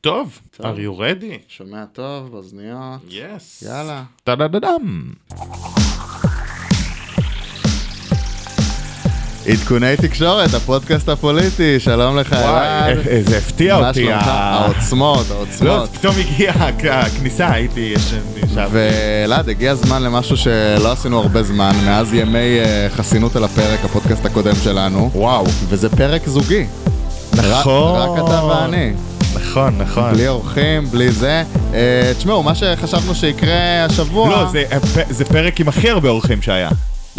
טוב, are טוב. you ready? שומע טוב, אוזניות. יס. יאללה. טה דה דה דם. עדכוני תקשורת, הפודקאסט הפוליטי, שלום לך וואי, אלעד. איך- איזה אה, הפתיע מה אותי. שלומך? ה- העוצמות, לא, העוצמות. אז פתאום הגיעה הכ- הכניסה, הייתי ישן שם. ואלעד, הגיע הזמן למשהו שלא עשינו הרבה זמן, מאז ימי אה, חסינות על הפרק, הפודקאסט הקודם שלנו, וואו. וזה פרק זוגי. רק- נכון. רק אתה ואני. נכון, נכון. בלי אורחים, בלי זה. אה, תשמעו, מה שחשבנו שיקרה השבוע... לא, זה- הפ- זה פרק עם הכי הרבה אורחים שהיה.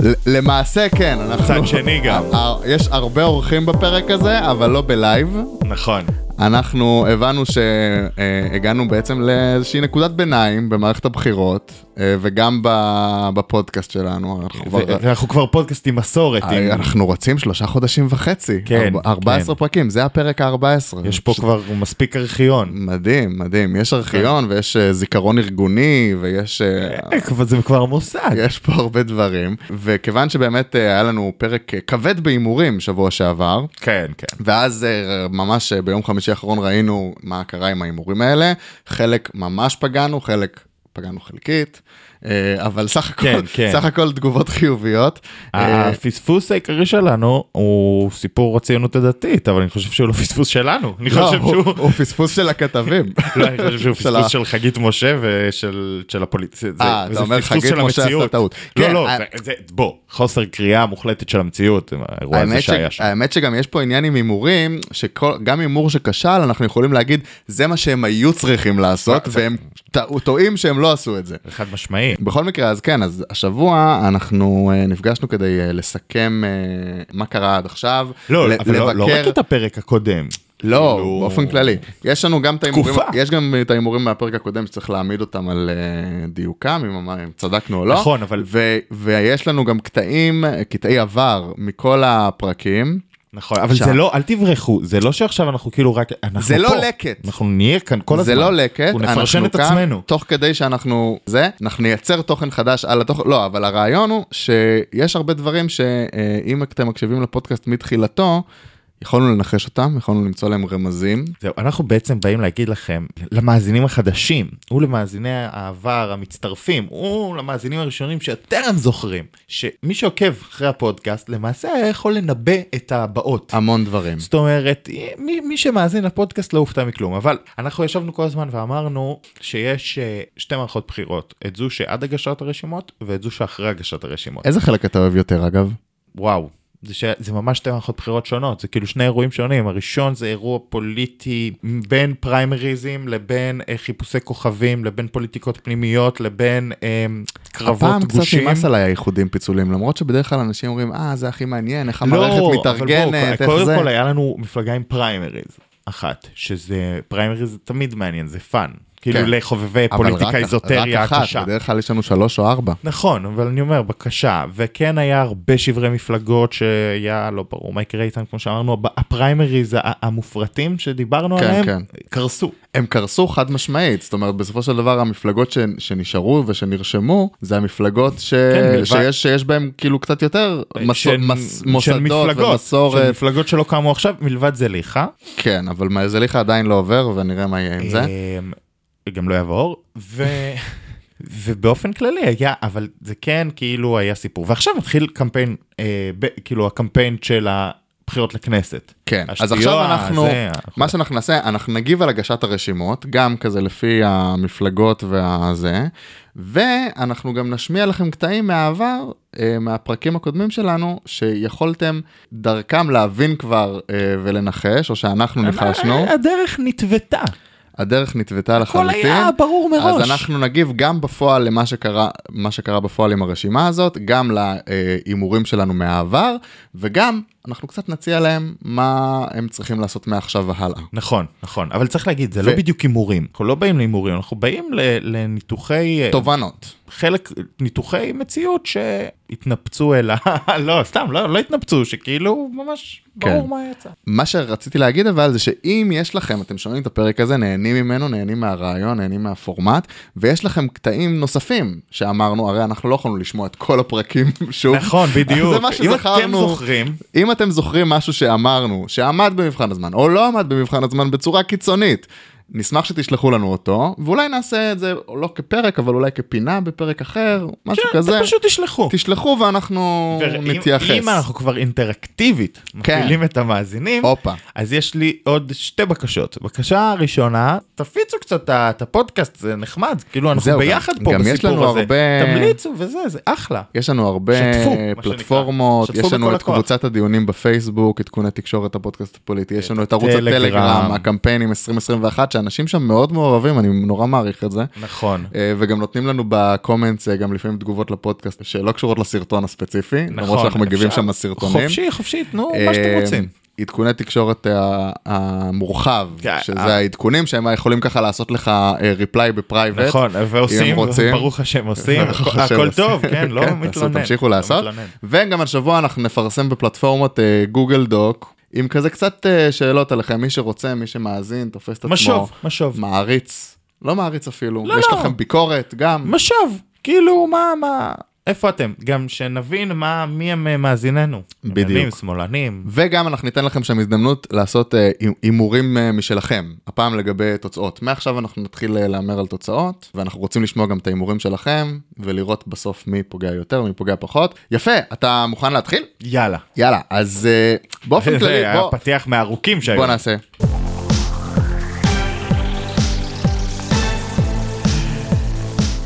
ל- למעשה כן, אנחנו... צד שני גם. ה- יש הרבה אורחים בפרק הזה, אבל לא בלייב. נכון. אנחנו הבנו שהגענו בעצם לאיזושהי נקודת ביניים במערכת הבחירות, אה, וגם ב- בפודקאסט שלנו. אנחנו כבר- אה, ו- ואנחנו כבר פודקאסט עם מסורת. עם- אנחנו רצים שלושה חודשים וחצי. כן, ארבע- 14 פרקים, זה הפרק ה-14. יש פה כבר כן. מספיק ארכיון. מדהים, מדהים. יש ארכיון ויש אה, זיכרון ארגוני ויש... אה, אה, אבל זה כבר מוסד. יש פה הרבה דברים, וכיוון שבאמת אה, היה לנו פרק אה, כבד בהימורים שבוע שעבר, כן, כן. ואז אה, ממש אה, ביום חמישי האחרון ראינו מה קרה עם ההימורים האלה, חלק ממש פגענו, חלק פגענו חלקית, אה, אבל סך הכל, כן, כן. סך הכל תגובות חיוביות. אה, הפספוס העיקרי שלנו הוא סיפור הציונות הדתית, אבל אני חושב שהוא לא פספוס שלנו. אני לא, חושב שהוא... הוא הוא פספוס של הכתבים. לא, אני חושב שהוא של ה- פספוס של חגית משה ושל של הפוליטיקה. אה, אתה אומר חגית משה עשתה טעות. לא, כן, לא, ה- זה- זה- בוא, חוסר קריאה מוחלטת של המציאות, עם האירוע הזה האמת, ש... שהיה שם. האמת שגם יש פה עניין עם הימורים, שגם הימור שכשל, אנחנו יכולים להגיד, זה מה שהם היו צריכים לעשות, אה, זה- והם טעו- טועים שהם לא עשו את זה. חד משמעי. בכל מקרה, אז כן, אז השבוע אנחנו אה, נפגשנו כדי אה, לסכם אה, מה קרה עד עכשיו. לא, ל- אבל לא- לא לבקר- רק את הפרק הקודם. לא, כאילו- באופן כללי. יש לנו גם את ההימורים, תקופה. יש גם את ההימורים מהפרק הקודם שצריך להעמיד אותם על אה, דיוקם, אם אמר- אם צדקנו או לא. נכון, אבל- ו- ויש לנו גם קטעים, אה, קטעי עבר מכל הפרקים. נכון, אבל שם. זה לא, אל תברחו, זה לא שעכשיו אנחנו כאילו רק, אנחנו פה. זה לא לקט. אנחנו נהיה כאן כל הזמן. זה לא לקט, אנחנו נפרשן את כאן עצמנו. תוך כדי שאנחנו זה, אנחנו נייצר תוכן חדש על התוכן, לא, אבל הרעיון הוא שיש הרבה דברים שאם אתם מקשיבים לפודקאסט מתחילתו, יכולנו לנחש אותם, יכולנו למצוא להם רמזים. זהו, אנחנו בעצם באים להגיד לכם, למאזינים החדשים, ולמאזיני העבר המצטרפים, ולמאזינים הראשונים שטרם זוכרים, שמי שעוקב אחרי הפודקאסט, למעשה היה יכול לנבא את הבאות. המון דברים. זאת אומרת, מי, מי שמאזין לפודקאסט לא הופתע מכלום, אבל אנחנו ישבנו כל הזמן ואמרנו שיש אה, שתי מערכות בחירות, את זו שעד הגשת הרשימות, ואת זו שאחרי הגשת הרשימות. איזה חלק אתה אוהב יותר אגב? וואו, זה, ש... זה ממש שתי מערכות בחירות שונות, זה כאילו שני אירועים שונים, הראשון זה אירוע פוליטי בין פריימריזם לבין אה, חיפושי כוכבים, לבין פוליטיקות פנימיות, לבין אה, קרבות הפעם קצת גושים. נמאס עליי האיחודים פיצולים, למרות שבדרך כלל אנשים אומרים, אה, זה הכי מעניין, איך המערכת לא, אבל מתארגנת, בוא, איך קודם זה. כל היה לנו מפלגה עם פריימריז אחת, שזה פריימריז זה תמיד מעניין, זה פאן, כאילו כן. לחובבי אבל רק- פוליטיקה איזוטריה רק הקשה. אחת, בדרך כלל יש לנו שלוש או ארבע. נכון, אבל אני אומר, בקשה, וכן היה הרבה שברי מפלגות שהיה לא ברור מה יקרה איתם, כמו שאמרנו, הב- הפריימריז ה- המופרטים שדיברנו כן, עליהם, כן. קרסו. הם קרסו חד משמעית, זאת אומרת בסופו של דבר המפלגות ש... שנשארו ושנרשמו זה המפלגות ש... כן, כן, מלבד- שיש, שיש בהן כאילו קצת יותר מס... של- מס... של מוסדות מפלגות, של ומסורת, מפלגות שלא קמו עכשיו, מלבד זליכה. כן אבל מה- זליכה עדיין לא עובר ונראה מה יהיה עם זה. אמ, גם לא יעבור, ו... ובאופן כללי היה, אבל זה כן כאילו היה סיפור. ועכשיו מתחיל קמפיין, אה, ב, כאילו הקמפיין של הבחירות לכנסת. כן, אז השטויות, עכשיו אנחנו, זה, מה שאנחנו נעשה, אנחנו נגיב על הגשת הרשימות, גם כזה לפי המפלגות והזה, ואנחנו גם נשמיע לכם קטעים מהעבר, אה, מהפרקים הקודמים שלנו, שיכולתם דרכם להבין כבר אה, ולנחש, או שאנחנו ניחשנו, אה, הדרך נטוותה, הדרך נטוותה הכל לחלוטין. היה ברור מראש. אז אנחנו נגיב גם בפועל למה שקרה, מה שקרה בפועל עם הרשימה הזאת, גם להימורים שלנו מהעבר, וגם אנחנו קצת נציע להם מה הם צריכים לעשות מעכשיו והלאה. נכון, נכון, אבל צריך להגיד, זה לא בדיוק הימורים, אנחנו לא באים להימורים, אנחנו באים ל- לניתוחי, אה, תובנות. חלק, ניתוחי מציאות שהתנפצו אל ה... לא, סתם, לא לא התנפצו, שכאילו ממש ברור כן. מה יצא. מה שרציתי להגיד אבל זה שאם יש לכם, אתם שומעים את הפרק הזה, נהנים ממנו, נהנים מהרעיון, נהנים מהפורמט, ויש לכם קטעים נוספים שאמרנו, הרי אנחנו לא יכולנו לשמוע את כל הפרקים שוב. נכון, בדיוק. זה מה אם אתם שזכרנו. זוכרים, אם אתם זוכרים משהו שאמרנו, שעמד במבחן הזמן, או לא עמד במבחן הזמן בצורה קיצונית, נשמח שתשלחו לנו אותו, ואולי נעשה את זה לא כפרק, אבל אולי כפינה בפרק אחר, משהו כן, כזה. אתם פשוט תשלחו. תשלחו ואנחנו ואם- נתייחס. אם אנחנו כבר אינטראקטיבית כן. מפעילים את המאזינים, הופה. אז יש לי עוד שתי בקשות. בקשה הראשונה, תפיצו קצת את ה- את הפודקאסט, זה נחמד, כאילו אנחנו זהו, ביחד גם- פה גם יש בסיפור לנו הזה. הרבה- תמליצו וזה, זה אחלה. יש לנו הרבה שתפו, מה שנקרא. פלטפורמות, שתפו יש לנו בכל את הכוח. קבוצת הדיונים בפייסבוק, עדכוני תקשורת הפודקאסט הפוליטי, יש לנו את ערוץ הטלגרם. הטלגרם, הקמפיינים 2021, שאנשים שם מאוד מעורבים, אני נורא מעריך את זה. נכון. אה, וגם נותנים לנו בקומנטס אה, גם לפעמים תגובות לפודקאסט שלא קשורות לסרטון הספציפי, למרות נכון, שאנחנו מגיבים אפשר. שם לסרטונים. חופשי, חופשי, תנו מה שאתם אה, רוצים. עדכוני תקשורת אה, המורחב, כן, שזה אה. העדכונים שהם יכולים ככה לעשות לך אה, ריפליי בפרייבט. נכון, ועושים, רוצים. ברוך השם עושים, ברוך השם הכל עושים. טוב, כן, לא כן, תעשו, מתלונן. תמשיכו לא לעשות. מתלונן. וגם השבוע אנחנו נפרסם בפלטפורמות אה, גוגל דוק, עם כזה קצת אה, שאלות עליכם, מי שרוצה, מי שמאזין, תופס את עצמו. משוב, משוב. מעריץ. לא מעריץ אפילו. לא, יש לא. לכם ביקורת גם. משוב, כאילו, מה, מה, איפה אתם? גם שנבין מה, מי הם אה, מאזיננו. בדיוק. ימנים, שמאלנים. וגם אנחנו ניתן לכם שם הזדמנות לעשות אה, הימ- הימורים אה, משלכם, הפעם לגבי תוצאות. מעכשיו אנחנו נתחיל אה, להמר על תוצאות, ואנחנו רוצים לשמוע גם את ההימורים שלכם, ולראות בסוף מי פוגע יותר, מי פוגע פחות. יפה, אתה מוכן להתחיל? יאללה. יאללה, אז אה, באופן זה כללי, היה בוא, פתיח מהארוכים שהיו. בוא נעשה.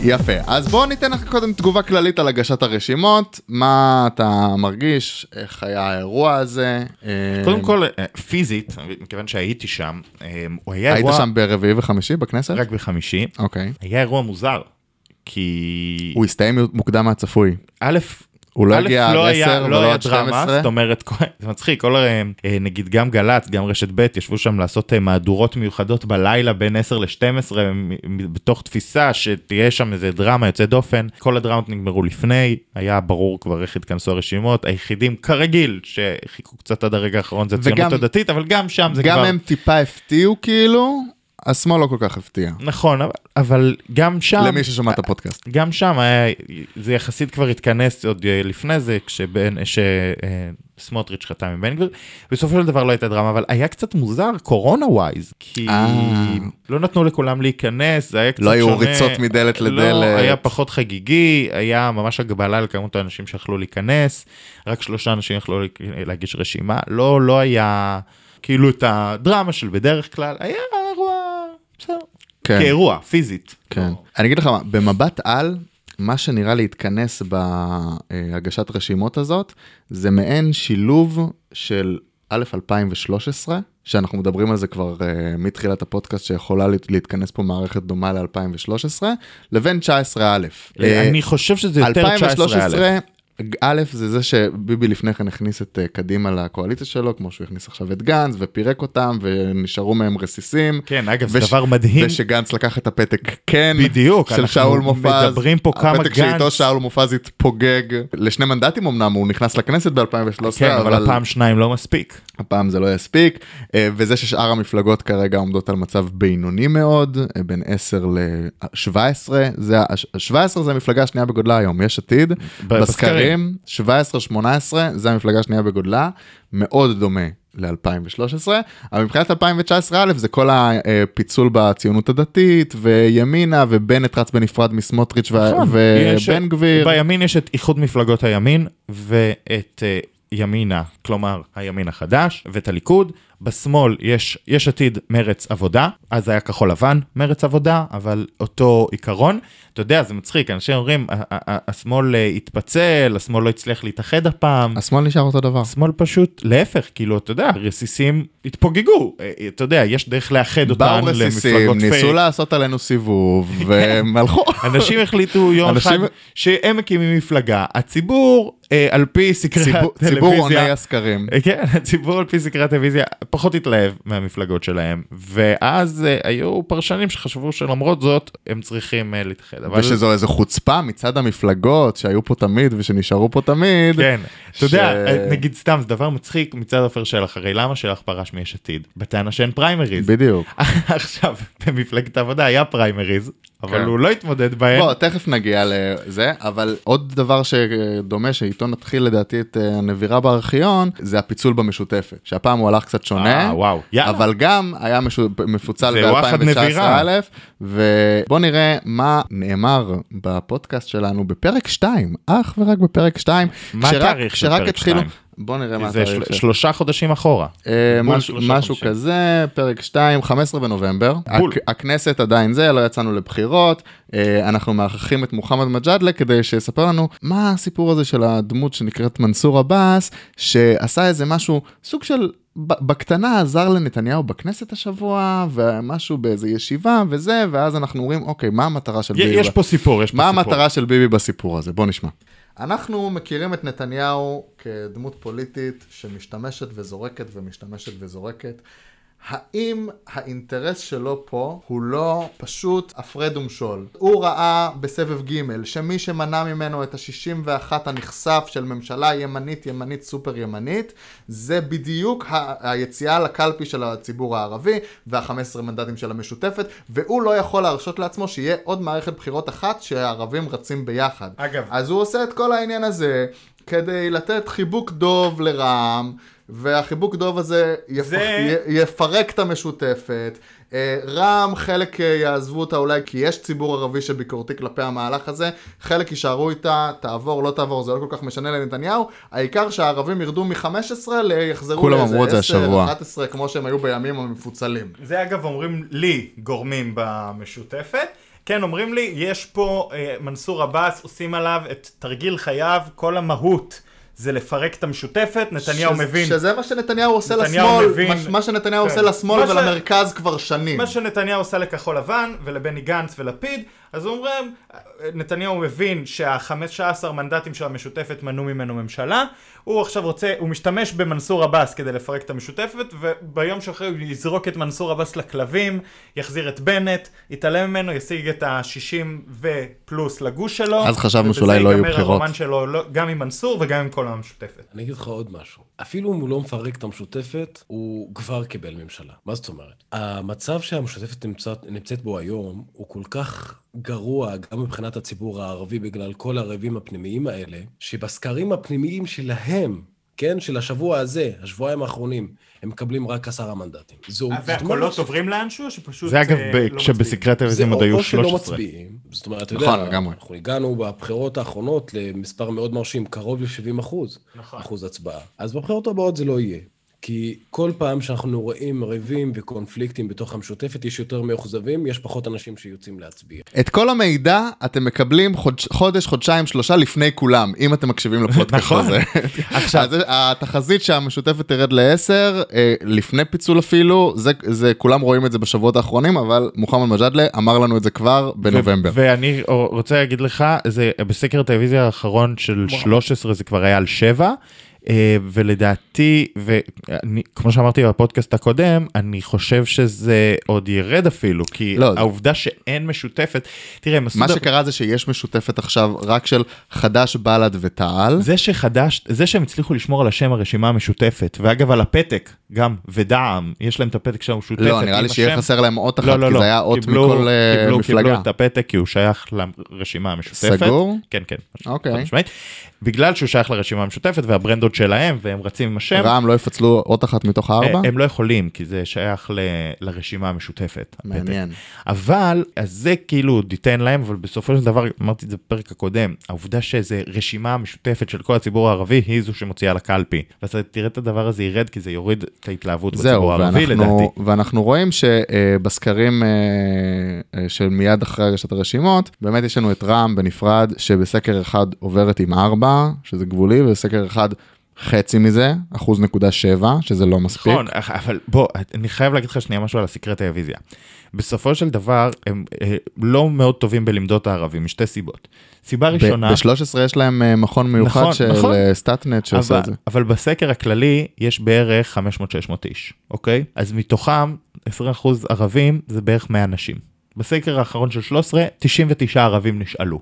יפה, אז בואו ניתן לך קודם תגובה כללית על הגשת הרשימות, מה אתה מרגיש, איך היה האירוע הזה. אה, קודם כל, אה, פיזית, מכיוון שהייתי שם, אה, הוא היה היית אירוע, שם ברביעי וחמישי בכנסת? רק בחמישי, אוקיי. היה אירוע מוזר. כי הוא הסתיים מוקדם מהצפוי. א', הוא לא א', הגיע לא עד היה- 10 לא ולא היה עד דרמה, 12. זאת אומרת, כל- זה מצחיק, כל ה- אה, נגיד גם גל"צ, גם רשת ב', ישבו שם לעשות אה, מהדורות מיוחדות בלילה בין 10 ל-12, אה, בתוך תפיסה שתהיה שם איזה דרמה יוצאת דופן. כל הדרמות נגמרו לפני, היה ברור כבר איך התכנסו הרשימות, היחידים כרגיל שחיכו קצת עד הרגע האחרון זה וגם- הציונות הדתית, אבל גם שם זה כבר... גם הם טיפה הפתיעו כאילו, השמאל לא כל כך הפתיע. נכון, אבל- אבל גם שם... למי ששומע את הפודקאסט. גם שם היה, זה יחסית כבר התכנס עוד אה, לפני זה, כשסמוטריץ' חתם עם בן גביר, בסופו של דבר לא הייתה דרמה, אבל היה קצת מוזר קורונה ווייז, כי אה. לא נתנו לכולם להיכנס, זה היה קצת שונה. לא היו ריצות מדלת לא, לדלת. היה פחות חגיגי, היה ממש הגבלה על כמות האנשים שיכלו להיכנס, רק שלושה אנשים יכלו להגיש רשימה, לא, לא היה כאילו את הדרמה של בדרך כלל, היה אירוע, בסדר, כן. כאירוע, פיזית. כן. אני אגיד לך מה, במבט על, מה שנראה לי התכנס בהגשת רשימות הזאת, זה מעין שילוב של א' 2013, שאנחנו מדברים על זה כבר אה, מתחילת הפודקאסט, שיכולה להת- להתכנס פה מערכת דומה ל-2013, לבין 19 א'. אה, אני חושב שזה יותר 19 2013, א', זה זה שביבי לפני כן הכניס את אה, קדימה לקואליציה שלו, כמו שהוא הכניס עכשיו את גנץ, ופירק אותם, ונשארו מהם רסיסים. כן, אגב, זה וש- דבר מדהים. ושגנץ לקח את הפתק כן, בדיוק, של אנחנו שאול מופז, מדברים פה כמה הפתק שאיתו גנץ- שאול מופז התפוגג לשני מנדטים אמנם, הוא נכנס לכנסת ב-2013, כן, אבל הפעם שניים לא מספיק. הפעם זה לא יספיק, אה, וזה ששאר המפלגות כרגע עומדות על מצב בינוני מאוד, אה, בין 10 ל-17, זה ה- ה- 17 זה המפלגה השנייה בגודלה היום, יש עתיד, בסקרים. בסקרים, 17-18 זה המפלגה השנייה בגודלה, מאוד דומה. ל-2013, אבל מבחינת 2019 א' זה כל הפיצול בציונות הדתית וימינה ובנט רץ בנפרד מסמוטריץ' ו- נכון, יש- ובן גביר. בימין יש את איחוד מפלגות הימין ואת אה, ימינה, כלומר הימין החדש, ואת הליכוד. בשמאל יש יש עתיד מרץ עבודה, אז היה כחול לבן מרץ עבודה, אבל אותו עיקרון. אתה יודע, זה מצחיק, אנשים אומרים, "ה- ה- ה- השמאל אה, התפצל, השמאל לא הצליח להתאחד הפעם. השמאל נשאר אותו דבר. השמאל פשוט, להפך, כאילו, אתה יודע, רסיסים התפוגגו, אה, אתה יודע, יש דרך לאחד אותן באו רסיסים, למפלגות ניסו פייק. כן. לעשות עלינו סיבוב, והם הלכו. אנשים החליטו יום אחד אנשים- שהם מקימים מפלגה, הציבור, אה, על פי סקרי ציבור- ציבור עוני הטלוויזיה, הסקרים. אה, כן, הציבור על פי סקרי הטלוויזיה פחות התלהב מהמפלגות שלהם, ואז אה, היו פרשנים שחשבו שלמרות זאת, הם צריכים אה, להתאחד, אבל... ושזו איזו חוצפה מצד המפלגות שהיו פה תמיד ושנשארו פה תמיד. כן, אתה ש- יודע, אה, נגיד סתם, זה דבר מצחיק מצד עופר שלח, הרי למה שלח פרש מיש עתיד? בטענה שאין פריימריז. בדיוק. עכשיו במפלגת העבודה היה פריימריז אבל כן. הוא לא התמודד בהן. בוא, תכף נגיע לזה, אבל עוד דבר שדומה שעיתון התחיל לדעתי את אה, הנבירה בארכיון, זה הפיצול במשותפת, שהפעם הוא הלך קצת שונה. אה, וואו. יאללה. אבל גם היה משו- מפוצל זה וואחד ב-2019 נבירה. א', ובוא נראה מה נאמר בפודקאסט שלנו בפרק 2, אך ורק בפרק 2. מה התאריך של פרק שתיים? בוא נראה מה כי זה התאריך של- של... שלושה חודשים אחורה. אה, בול משהו- שלושה משהו חודשים. כזה, פרק 2, 15 בנובמבר. בול. הכ- הכנסת עדיין זה, לא יצאנו לבחירות. אה, אנחנו מארחים את מוחמד מג'אדלה כדי שיספר לנו מה הסיפור הזה של הדמות שנקראת מנסור עבאס, שעשה איזה משהו, סוג של... ב- בקטנה עזר לנתניהו בכנסת השבוע, ומשהו באיזה ישיבה וזה, ואז אנחנו אומרים, אוקיי, מה המטרה של ביבי? יש פה סיפור, יש פה לא. מה סיפור. המטרה של ביבי בסיפור הזה? בוא נשמע. אנחנו מכירים את נתניהו כדמות פוליטית שמשתמשת וזורקת ומשתמשת וזורקת. האם האינטרס שלו פה הוא לא פשוט הפרד ומשול? הוא ראה בסבב ג' שמי שמנע ממנו את ה-61 הנכסף של ממשלה ימנית ימנית סופר ימנית, זה בדיוק ה- היציאה לקלפי של הציבור הערבי וה-15 מנדטים של המשותפת, והוא לא יכול להרשות לעצמו שיהיה עוד מערכת בחירות אחת שהערבים רצים ביחד. אגב. אז הוא עושה את כל העניין הזה כדי לתת חיבוק דוב לרע"מ, והחיבוק דוב הזה יפ... זה- י- יפרק את המשותפת. אה, רע"מ, חלק אה, יעזבו אותה אולי כי יש ציבור ערבי שביקורתי כלפי המהלך הזה, חלק יישארו איתה, תעבור, לא תעבור, זה לא כל כך משנה לנתניהו, העיקר שהערבים ירדו מ-15 ליחזרו כולם לאיזה אמרו את זה 10, השבוע. 11, כמו שהם היו בימים המפוצלים. זה אגב אומרים לי גורמים במשותפת. כן, אומרים לי, יש פה אה, מנסור עבאס, עושים עליו את תרגיל חייו, כל המהות זה לפרק את המשותפת, נתניהו שזה- מבין. שזה מה שנתניהו עושה נתניהו לשמאל, מבין. מה ש- מה שנתניהו כן. עושה לשמאל מה ש- ולמרכז כבר שנים. מה שנתניהו עושה לכחול לבן ולבני גנץ ולפיד, אז אומרים, נתניהו מבין שה-15 מנדטים של המשותפת מנעו ממנו ממשלה, הוא עכשיו רוצה, הוא משתמש במנסור עבאס כדי לפרק את המשותפת, וביום שאחרי הוא יזרוק את מנסור עבאס לכלבים, יחזיר את בנט, יתעלם ממנו, ישיג את ה-60 ופלוס לגוש שלו. אז חשבנו ובזה שאולי לא יהיו ייגמר בחירות. הרומן שלו לא- גם עם מנסור וגם עם כל המשותפת. אני אגיד לך עוד משהו. אפילו אם הוא לא מפרק את המשותפת, הוא כבר קיבל ממשלה. מה זאת אומרת? המצב שהמשותפת נמצאת, נמצאת בו היום הוא כל כך גרוע גם מבחינת הציבור הערבי בגלל כל הריבים הפנימיים האלה, שבסקרים הפנימיים שלהם, כן, של השבוע הזה, השבועיים האחרונים, הם מקבלים רק עשרה מנדטים. זו, זאת אומרת והקולות עוברים לאנשהו, שפשוט זה אגב אה, לא ב- מצביעים. כשבסקרי הטלוויזיה עוד או היו שלא 13. מצביעים, זאת אומרת, אתה נכון, יודע, לגמרי. אנחנו הגענו בבחירות האחרונות למספר מאוד מרשים, קרוב ל-70 אחוז, נכון. אחוז הצבעה. אז בבחירות הבאות זה לא יהיה. כי כל פעם שאנחנו רואים ריבים וקונפליקטים בתוך המשותפת, יש יותר מאוכזבים, יש פחות אנשים שיוצאים להצביע. את כל המידע אתם מקבלים חודש, חודש, חודשיים, שלושה לפני כולם, אם אתם מקשיבים לפודקאסט נכון. הזה. עכשיו, התחזית שהמשותפת תרד ל-10, לפני פיצול אפילו, זה, זה, כולם רואים את זה בשבועות האחרונים, אבל מוחמד מג'אדלה אמר לנו את זה כבר בנובמבר. ו- ואני רוצה להגיד לך, זה בסקר הטלוויזיה האחרון של 13 זה כבר היה על 7, ולדעתי, וכמו שאמרתי בפודקאסט הקודם, אני חושב שזה עוד ירד אפילו, כי לא, זה- העובדה שאין משותפת, תראה, הם עשו מה דבר- שקרה זה שיש משותפת עכשיו רק של חד"ש, בל"ד ותע"ל. זה שחדש, זה שהם הצליחו לשמור על השם הרשימה המשותפת, ואגב על הפתק גם, ודעם, יש להם את הפתק של המשותפת. לא, נראה עם לי שיהיה השם. חסר להם אות אחת, לא, לא, כי לא. זה היה אות קיבלו- מכל אה, קיבלו- מפלגה. קיבלו את הפתק כי הוא שייך לרשימה המשותפת. סגור? כן, כן. אוקיי. חד משמעית. בגלל שהוא שייך לרשימה המשותפת והברנדות שלהם והם רצים עם השם. רע"מ לא יפצלו אות אחת מתוך הארבע? הם לא יכולים כי זה שייך ל- לרשימה המשותפת. הפתק. מעניין. אבל אז זה כאילו תיתן להם אבל בסופו של דבר אמרתי את זה בפרק הקודם העובדה שזה רשימה משותפת של כל הציבור הערבי היא זו שמוציאה לקלפי. אז תראה את הדבר הזה ירד כי זה יוריד את ההתלהבות בציבור הערבי לדעתי. ואנחנו, ואנחנו רואים שבסקרים אה, של מיד אחרי הגשת הרשימות, באמת יש לנו את רע"מ בנפרד, שבסקר אחד עוברת עם 4, שזה גבולי, ובסקר אחד חצי מזה, אחוז נקודה שבע, שזה לא מספיק. נכון, אך- אבל בוא, אני חייב להגיד לך שנייה משהו על הסקרי טלוויזיה. בסופו של דבר, הם אה, לא מאוד טובים בלמדות הערבים, משתי סיבות. סיבה ראשונה, ב-13 יש להם אה, מכון מיוחד נכון, של נכון. אה, סטאטנט שעושה אבל, את זה. אבל בסקר הכללי יש בערך 500-600 איש, אוקיי? אז מתוכם 20% ערבים זה בערך 100 נשים. בסקר האחרון של 13, 99 ערבים נשאלו.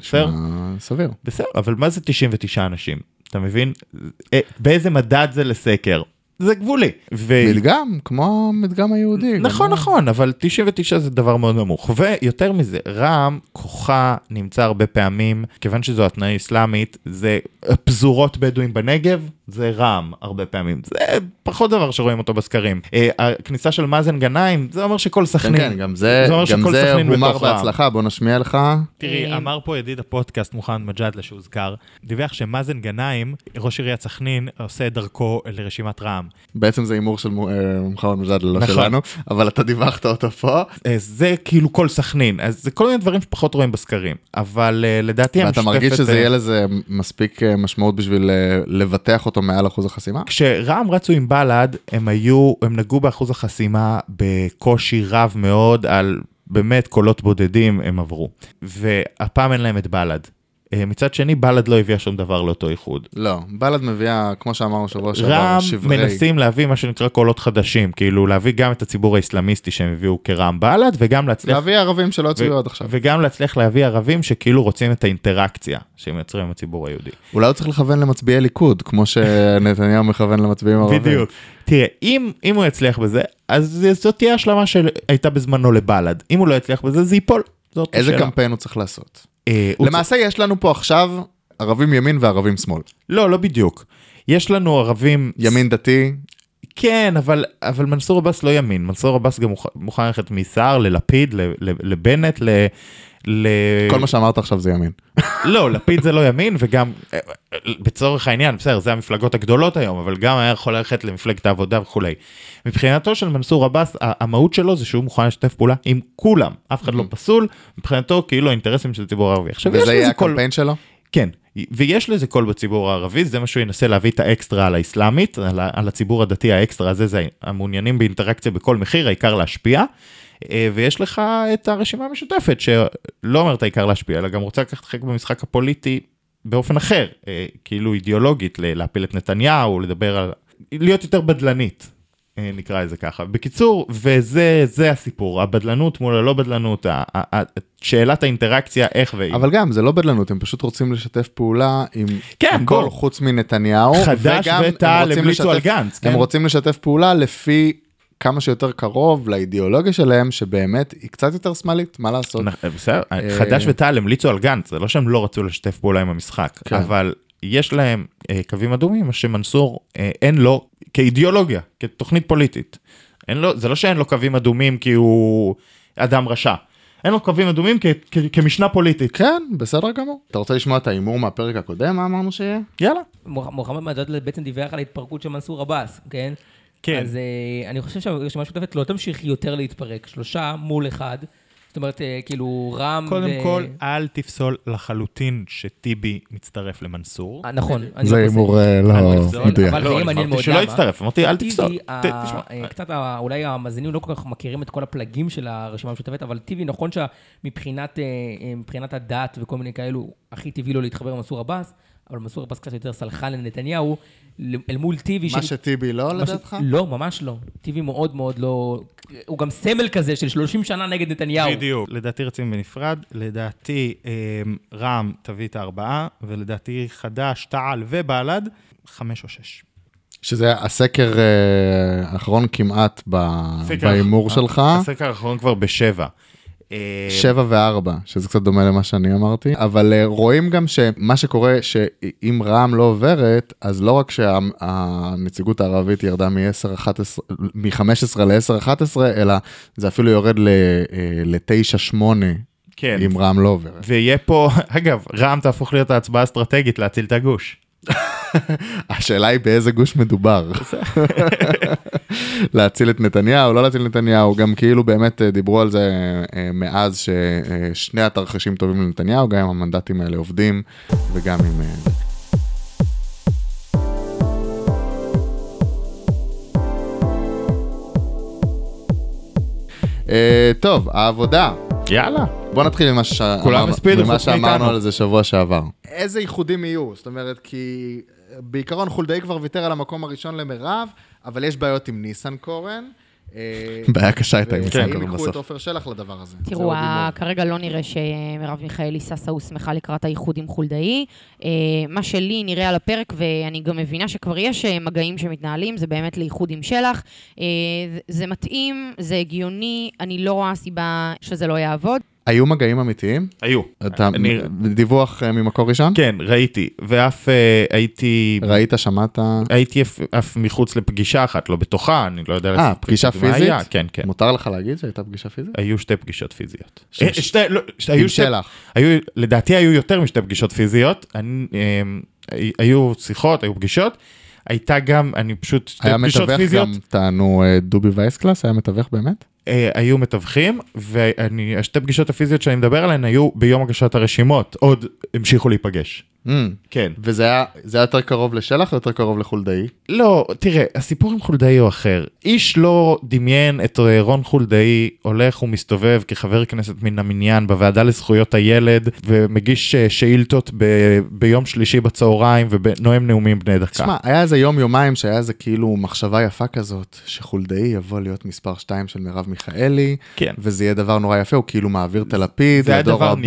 בסדר? אה, סביר. בסדר, אבל מה זה 99 אנשים? אתה מבין? אה, באיזה מדד זה לסקר? זה גבולי. ו... מדגם, כמו המדגם היהודי. גם אה, נכון, הוא- נכון, אבל 99 זה דבר מאוד נמוך. ויותר מזה, רע"מ, כוחה נמצא הרבה פעמים, כיוון שזו התנאה אסלאמית, זה פזורות בדואים בנגב, זה רע"מ הרבה פעמים. זה פחות דבר שרואים אותו בסקרים. אה, הכניסה של מאזן גנאים, זה אומר שכל כן, סכנין... כן, גם זה, זה אומר גם שכל זה סכנין הומר בתוך רע"מ. בהצלחה, בוא נשמיע לך. תראי, אמר פה ידיד הפודקאסט מוחמד מג'אדלה שהוזכר, דיווח שמאזן גנאים, ראש עיריית סכנין, עושה את דרכו לרשימת רע"מ. בעצם זה הימור של מו- אה, מוחמד מג'אדלה, לא נכון. שלנו, אבל אתה דיווחת אותו פה, אה, זה כאילו כל סכנין, אז זה כל מיני דברים שפחות רואים בסקרים, אבל אה, לדעתי ואתה מרגיש שזה אה, יהיה לזה מספיק אה, משמעות בשביל אה, לבטח אותו מעל אחוז החסימה? כשרע"מ רצו עם בל"ד, הם היו, הם נגעו באחוז החסימה בקושי רב מאוד על באמת קולות בודדים הם עברו. והפעם אין להם את בל"ד. אה, מצד שני, בל"ד לא הביאה שום דבר לאותו איחוד. לא, בל"ד מביאה, כמו שאמרנו שבוע שעבר, רע"מ שברי... מנסים להביא מה שנקרא קולות חדשים, כאילו להביא גם את הציבור האסלאמיסטי שהם הביאו כרע"מ בל"ד, וגם להצליח... להביא ערבים שלא ו- הצביעו עד עכשיו. וגם להצליח להביא ערבים שכאילו רוצים את האינטראקציה שהם יוצרים עם הציבור היהודי. אולי הוא צריך לכוון למצביעי ליכוד, כמו שנתניהו מכוון למצביעים ערבים. בדיוק. תראה, אם, אם הוא יצליח בזה, אז זה- זאת תהיה השלמה שהייתה בזמנו לבל"ד. אם הוא לא יצליח בזה, זה ייפול. זאת איזה השאלה. קמפיין הוא צריך לעשות? אה, הוא למעשה יש לנו פה עכשיו ערבים ימין וערבים שמאל. צ- לא, לא בדיוק. יש לנו ערבים... ימין דתי, כן, אבל, אבל מנסור עבאס לא ימין. מנסור עבאס גם מוכ- מוכן ללכת מסער ללפיד, ל- ל- לבנט, ל... ל... כל מה שאמרת עכשיו זה ימין. לא, לפיד זה לא ימין, וגם, אה, אה, בצורך העניין, בסדר, זה המפלגות הגדולות היום, אבל גם היה יכול ללכת למפלגת העבודה וכולי. מבחינתו של מנסור עבאס, ה- המהות שלו זה שהוא מוכן לשתף פעולה עם כולם, אף אחד לא פסול, מבחינתו כאילו האינטרסים של הציבור הערבי. עכשיו, יש וזה יהיה לזה קול, הקמפיין שלו? כן, ויש לזה קול בציבור הערבי, זה מה שהוא ינסה להביא את האקסטרה על האסלאמית, על, ה- על הציבור הדתי האקסטרה הזה, זה המעוניינים באינטראקציה בכל מחיר, העיקר להשפיע. אה, ויש לך את הרשימה המשותפת שלא אומרת העיקר להשפיע, אלא גם רוצה לקחת חלק במשחק הפוליטי באופן אחר, אה, כאילו אידיאולוגית, ל- להפיל את נתניהו, לדבר על... להיות יותר בדלנית, אה, נקרא לזה ככה. בקיצור, וזה זה הסיפור, הבדלנות מול הלא בדלנות, ה- ה- ה- שאלת האינטראקציה, איך ואם. אבל גם, זה לא בדלנות, הם פשוט רוצים לשתף פעולה עם כן, הכל בוא. חוץ מנתניהו. חד"ש וגם הם ותע"ל רוצים המליצו לשתף- על גנץ, הם כן? רוצים לשתף פעולה לפי כמה שיותר קרוב לאידיאולוגיה שלהם, שבאמת היא קצת יותר שמאלית, מה לעשות? אה, נכ- אה, בסדר, חד"ש ותע"ל המליצו על גנץ, זה לא שהם לא רצו לשתף פעולה עם המשחק, כן. אבל יש להם אה, קווים אדומים, מה שמנסור אה, אין לו כאידיאולוגיה, כתוכנית פוליטית. אין לו, זה לא שאין לו קווים אדומים כי הוא אדם רשע, אין לו קווים אדומים כ- כ- כמשנה פוליטית. כן, בסדר גמור. אתה רוצה לשמוע את ההימור מהפרק הקודם, מה אמרנו שיהיה? יאללה. מוח- מוחמד מג'אדלה בעצם דיווח על ההתפרקות של מנסור עבאס, כן? כן. אז אה, אני חושב שהרשימה המשותפת לא תמשיך יותר להתפרק, שלושה מול אחד. זאת אומרת, אה, כאילו, רם... קודם ו- כל, אל תפסול לחלוטין שטיבי מצטרף למנסור. אה, נכון. אני זה לא הימור פוסל. אה, לא פוסל, מדויק. אבל זה יהיה מעניין מאוד אמרתי שלא למה. יצטרף, אמרתי אל טיבי, תפסול. ה- ת- תשמע, אה, קצת, ה- אולי המאזינים לא כל כך מכירים את כל הפלגים של הרשימה המשותפת, אבל טיבי, נכון שמבחינת אה, אה, מבחינת הדת וכל מיני כאלו, הכי טבעי לו להתחבר למנסור עבאס, אבל מנסור עבאס קצת יותר סלחן לנתניהו, ל- אל מול טיבי. מה ש- שטיבי לא, מה ש- לדעתך? לא, ממש לא. טיבי מאוד מאוד לא... הוא גם סמל כזה של 30 שנה נגד נתניהו. בדיוק. לדעתי רצים בנפרד, לדעתי אמ, רע"מ תביא את הארבעה, ולדעתי חד"ש, תע"ל ובל"ד, חמש או שש. שזה הסקר אה, האחרון כמעט ב- הסקר- בהימור שלך. הסקר האחרון כבר בשבע. אה, שבע וארבע, שזה קצת דומה למה שאני אמרתי, אבל אה, רואים גם שמה שקורה, שאם רע"מ לא עוברת, אז לא רק שהנציגות הערבית ירדה מ-10-11, מ-15 ל-10-11, אלא זה אפילו יורד ל-9-8, כן. אם רע"מ לא עוברת. ויהיה פה, אגב, רע"מ תהפוך להיות ההצבעה האסטרטגית להציל את הגוש. השאלה היא באיזה גוש מדובר. להציל את נתניהו, לא להציל את נתניהו, גם כאילו באמת אה, דיברו על זה אה, מאז ששני התרחישים טובים לנתניהו, גם אם המנדטים האלה עובדים וגם אם... אה, אה, טוב, העבודה. יאללה. בוא נתחיל ממה, ש... כולם אמרנו- הספידו, ממה חוץ שאמרנו מאיתנו. על זה שבוע שעבר. איזה איחודים יהיו? זאת אומרת, כי בעיקרון חולדאי כבר ויתר על המקום הראשון למירב, אבל יש בעיות עם ניסנקורן. אה, בעיה קשה הייתה עם ואם סנקר ייקחו את בסוף. עופר שלח לדבר הזה. זה תראו, עוד ה- הימור. כרגע לא נראה שמרב מיכאלי ששה הוסמכה לקראת האיחוד עם חולדאי. אה, מה שלי נראה על הפרק, ואני גם מבינה שכבר יש אה, מגעים שמתנהלים, זה באמת לאיחוד עם שלח. אה, זה- זה מתאים, זה הגיוני, אני לא רואה סיבה שזה לא יעבוד. היו מגעים אמיתיים? היו. אתה, אני- דיווח אה, ממקור ראשון? כן, ראיתי, ואף אה, הייתי... ראית, שמעת? הייתי אף, אף מחוץ לפגישה אחת, לא בתוכה, אני לא יודע... אה, לספר פגישה בדיוק מה פיזית? היה, כן, כן. מותר לך להגיד שהייתה פגישה פיזית? היו שתי פגישות פיזיות. שתי- אה, שתי, לא, שתי, עם היו שתי, שלח. היו, לדעתי היו יותר משתי פגישות פיזיות, אני, אמ, הי- היו שיחות, היו פגישות, הייתה גם, אני פשוט, שתי היה כן, פגישות מתווך פיזיות, גם, טענו אה, דובי וייסקלאס, היה מתווך באמת? אה, היו מתווכים, והשתי פגישות הפיזיות שאני מדבר עליהן היו ביום הגשת הרשימות, עוד המשיכו להיפגש. Mm. כן. וזה היה, זה היה יותר קרוב לשלח או יותר קרוב לחולדאי? לא, תראה, הסיפור עם חולדאי הוא אחר. איש לא דמיין את אה, רון חולדאי הולך ומסתובב כחבר כנסת מן המניין בוועדה לזכויות הילד, ומגיש אה, שאילתות ב- ביום שלישי בצהריים ונואם נאומים בני דקה. תשמע, היה איזה יום יומיים שהיה איזה כאילו מחשבה יפה כזאת, שחולדאי יבוא להיות מספר 2 של מרב מיכאלי, כן. וזה יהיה דבר נורא יפה, הוא כאילו מעביר את הלפיד, זה היה לדור דבר הבא,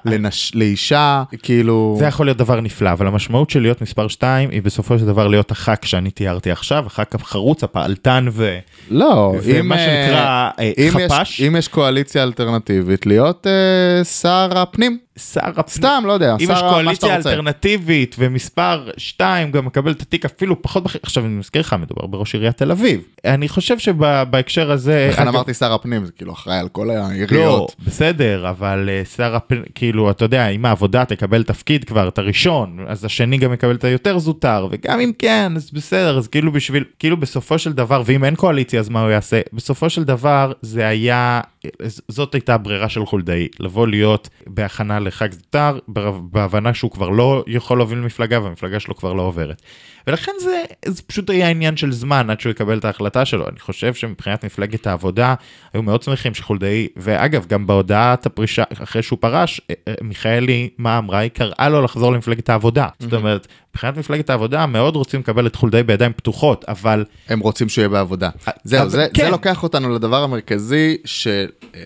נפלא. לנש... לאישה, כאילו... זה יכול להיות דבר נפלא, אבל המשמעות של להיות מספר 2 היא בסופו של דבר להיות הח"כ שאני תיארתי עכשיו, הח"כ החרוץ, הפעלתן ו... לא, ומה אה, שנקרא אה, אם חפ"ש. יש, אם יש קואליציה אלטרנטיבית, להיות אה, שר הפנים. שר הפנים. סתם, לא יודע, אם שר יש מה שאתה קואליציה רוצה. אלטרנטיבית ומספר 2 גם מקבל את התיק אפילו פחות בכיר, עכשיו אני מזכיר לך, מדובר בראש עיריית תל אביב. אני חושב שבהקשר הזה... לכן אגב, אמרתי שר הפנים, זה כאילו אחראי על כל לא, העיריות. בסדר, אבל אה, שר הפנים, כאילו, אתה יודע, אם העבודה תקבל תפקיד כבר, את הראשון, אז השני גם יקבל את היותר זוטר, וגם אם כן, אז בסדר, אז כאילו בשביל, כאילו בסופו של דבר, ואם אין קואליציה, אז מה הוא יעשה? בסופו של דבר, זה היה, אה, ז- זאת הייתה הברירה של חולדאי, לבוא להיות בהכנה לחג זוטר, בר- בהבנה שהוא כבר לא יכול להוביל מפלגה, והמפלגה שלו כבר לא עוברת. ולכן זה, זה פשוט היה עניין של זמן עד שהוא יקבל את ההחלטה שלו. אני חושב שמבחינת מפלגת העבודה, היו מאוד שמחים שחולדאי, ואגב, גם בהודעת הפרישה, אחרי שהוא פרש, אה, אה, מיכאלי, מה אמרה? היא קראה לו לחזור למפלגת העבודה. זאת אומרת, מבחינת מפלגת העבודה, מאוד רוצים לקבל את חולדאי בידיים פתוחות, אבל הם רוצים שהוא יהיה בעבודה. זהו, אבל- זה, זה כן. לוקח אותנו לדבר המרכזי,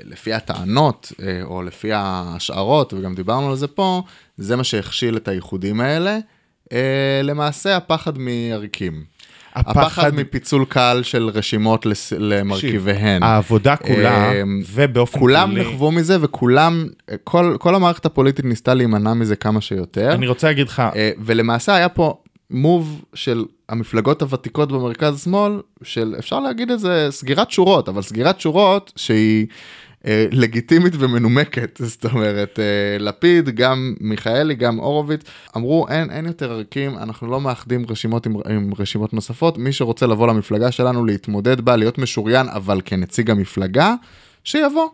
שלפי הטענות, אה, או לפי ההשערות, וגם דיברנו על זה פה, זה מה שהכשיל את האיחודים האלה. אה, למעשה, הפחד מעריקים. הפחד, הפחד מפיצול קהל של רשימות לס... למרכיביהן. העבודה כולה, אמ, ובאופן כולם כללי- נחוו מזה וכולם, אה, כל, כל המערכת הפוליטית ניסתה להימנע מזה כמה שיותר. אני רוצה להגיד לך, אה, ולמעשה היה פה מוב של המפלגות הוותיקות במרכז שמאל, של אפשר להגיד את זה סגירת שורות, אבל סגירת שורות שהיא אה, לגיטימית ומנומקת, זאת אומרת, אה, לפיד, גם מיכאלי, גם הורוביץ, אמרו אין, אין יותר ערכים, אנחנו לא מאחדים רשימות עם, עם רשימות נוספות, מי שרוצה לבוא למפלגה שלנו, להתמודד בה, להיות משוריין, אבל כנציג המפלגה, שיבוא.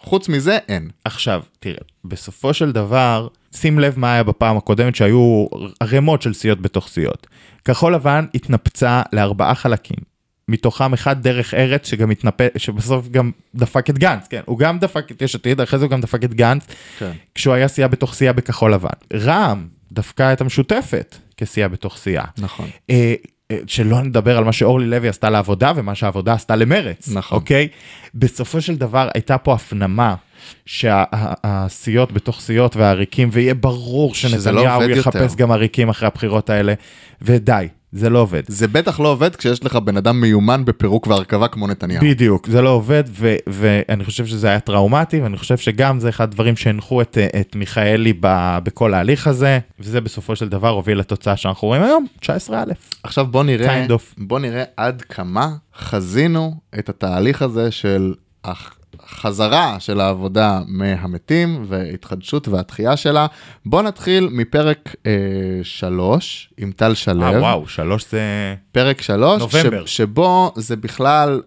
חוץ מזה אין. עכשיו, תראה, בסופו של דבר, שים לב מה היה בפעם הקודמת שהיו ערימות של סיעות בתוך סיעות. כחול לבן התנפצה לארבעה חלקים. מתוכם אחד דרך ארץ שגם התנפץ, שבסוף גם דפק את גנץ, כן, הוא גם דפק את יש עתיד, אחרי זה הוא גם דפק את גנץ, כן. כשהוא היה סיעה בתוך סיעה בכחול לבן. רע"מ דווקא את המשותפת כסיעה בתוך סיעה. נכון. אה, אה, שלא נדבר על מה שאורלי לוי עשתה לעבודה ומה שהעבודה עשתה למרץ. נכון. אוקיי? בסופו של דבר הייתה פה הפנמה שהסיעות בתוך סיעות והעריקים, ויהיה ברור שזה לא שנתניהו עובד יחפש יותר. גם עריקים אחרי הבחירות האלה, ודי, זה לא עובד. זה בטח לא עובד כשיש לך בן אדם מיומן בפירוק והרכבה כמו נתניהו. בדיוק, זה לא עובד, ו- ואני חושב שזה היה טראומטי, ואני חושב שגם זה אחד הדברים שהנחו את, אה, את מיכאלי ב- בכל ההליך הזה, וזה בסופו של דבר הוביל לתוצאה שאנחנו רואים היום, 19א. עכשיו בוא נראה, Kind of. בוא נראה עד כמה חזינו את התהליך הזה של הח- החזרה של העבודה מהמתים וההתחדשות והתחייה שלה. בוא נתחיל מפרק 3 עם טל שלו. אה, וואו, שלוש זה... פרק 3, נובמבר. ש, שבו זה בכלל,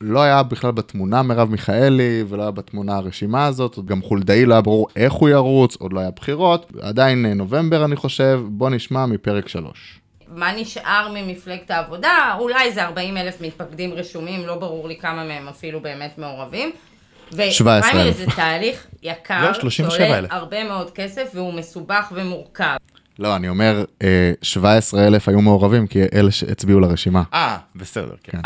לא היה בכלל בתמונה מרב מיכאלי, ולא היה בתמונה הרשימה הזאת, עוד גם חולדאי לא היה ברור איך הוא ירוץ, עוד לא היה בחירות, עדיין אה, נובמבר אני חושב, בוא נשמע מפרק 3. מה נשאר ממפלגת העבודה? אולי זה 40 אלף מתפקדים רשומים, לא ברור לי כמה מהם אפילו באמת מעורבים. ו- 17,000. פריימריז זה תהליך יקר, לא, 37,000. שעולה הרבה מאוד כסף והוא מסובך ומורכב. לא, אני אומר, אה, אה, 17 אלף היו מעורבים, כי אלה שהצביעו לרשימה. אה, בסדר, כן.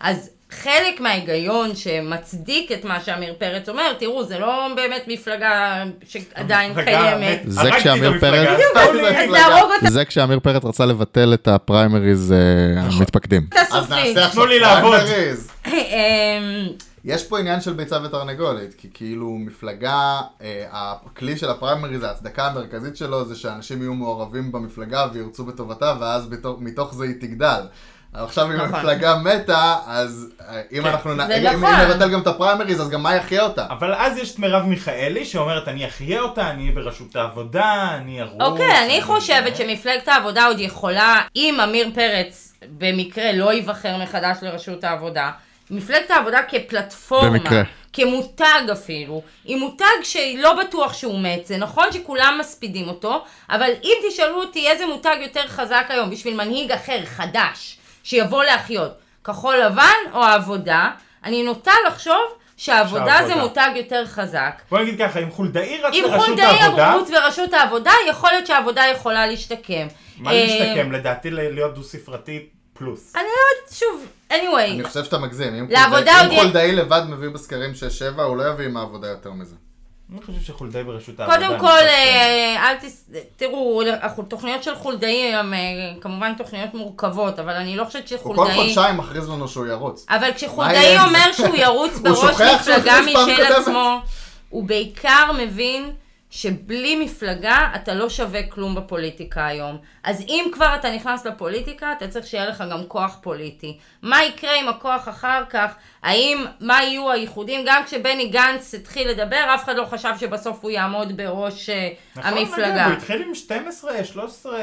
אז חלק מההיגיון שמצדיק את מה שעמיר פרץ אומר, תראו, זה לא באמת מפלגה שעדיין קיימת. זה כשעמיר פרץ... אז להרוג אותה זה כשעמיר פרץ רצה לבטל את הפריימריז אה, המתפקדים. הסופית. תנו לי לעבוד. פריימריז. אמ, יש פה עניין של ביצה ותרנגולת, כי כאילו מפלגה, אה, הכלי של הפריימריז, ההצדקה המרכזית שלו זה שאנשים יהיו מעורבים במפלגה וירצו בטובתה, ואז בתוך, מתוך זה היא תגדל. אבל עכשיו אם נכון. המפלגה מתה, אז אה, אם אנחנו נ... זה אם, אם נכון. נבטל גם את הפריימריז, אז גם מה יחיה אותה? אבל אז יש את מרב מיכאלי שאומרת, אני אחיה אותה, אני אהיה בראשות העבודה, אני ארוץ. אוקיי, אני חושבת שמפלגת העבודה עוד יכולה, אם עמיר פרץ במקרה לא ייבחר מחדש לראשות העבודה, מפלגת העבודה כפלטפורמה, במקרה. כמותג אפילו, היא מותג שלא בטוח שהוא מת, זה נכון שכולם מספידים אותו, אבל אם תשאלו אותי איזה מותג יותר חזק היום בשביל מנהיג אחר, חדש, שיבוא להחיות, כחול לבן או העבודה, אני נוטה לחשוב שהעבודה זה שהעבודה. מותג יותר חזק. בוא נגיד ככה, אם חולדאי רץ אם לראשות חולדאי העבודה, הבריאות וראשות העבודה, יכול להיות שהעבודה יכולה להשתקם. מה אה, להשתקם? לדעתי ל- להיות דו-ספרתי פלוס. אני לא יודעת, שוב, anyway, חושב שאתה מגזים. אם לעבודה חולדאי- אם עוד יהיה- לבד מביא בסקרים 6-7, הוא לא יביא עם העבודה יותר מזה. אני חושב שחולדאי בראשות העבודה. קודם אני כל, חושב אה, אל תס... תראו, התוכניות של חולדאי הן אה, כמובן תוכניות מורכבות, אבל אני לא חושבת שחולדאי... מכריז לנו שהוא ירוץ. אבל מה כשחולדאי יהיה עם אומר שהוא ירוץ בראש שוכח שהוא מפלגה הכריז פעם משל קודמת. עצמו, הוא בעיקר מבין שבלי מפלגה אתה לא שווה כלום בפוליטיקה היום. אז אם כבר אתה נכנס לפוליטיקה, אתה צריך שיהיה לך גם כוח פוליטי. מה יקרה עם הכוח אחר כך? האם, מה יהיו הייחודים? גם כשבני גנץ התחיל לדבר, אף אחד לא חשב שבסוף הוא יעמוד בראש אה, נכון, אגב, המפלגה. הוא התחיל עם 12, 13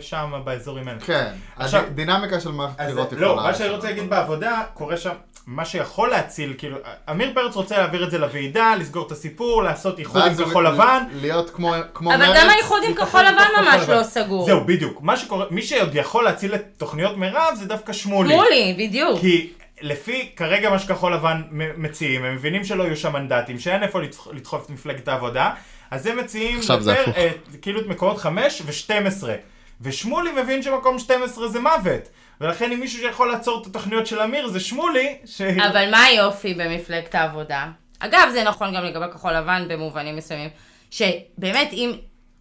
שם באזורים האלה. כן. עכשיו- הדינמיקה של מערכת אז בחירות לא, מה שאני רוצה להגיד בעבודה, קורה שם, מה שיכול להציל, כאילו, עמיר פרץ רוצה להעביר את זה לוועידה, לסגור את הסיפור, לעשות איחוד עם ואז כחול ל- לבן. להיות כמו כמו מרץ. אבל גם האיחוד עם כחול לבן ממש לא סגור. זהו, בדיוק. מה שקורה, מי שעוד יכול להציל את תוכניות מירב זה דווקא שמולי. שמולי, בדיוק. כי לפי כרגע מה שכחול לבן מ- מציעים, הם מבינים שלא יהיו שם מנדטים, שאין איפה לדח- לדחוף את מפלגת העבודה, אז הם מציעים עכשיו זה הפוך. אה, כאילו את מקומות 5 ו-12. ושמולי מבין שמקום 12 זה מוות. ולכן אם מישהו שיכול לעצור את התוכניות של אמיר זה שמולי, ש... אבל מה היופי במפלגת העבודה? אגב, זה נכון גם לגבי כחול לבן במובנים מסוימים, שבאמת, אם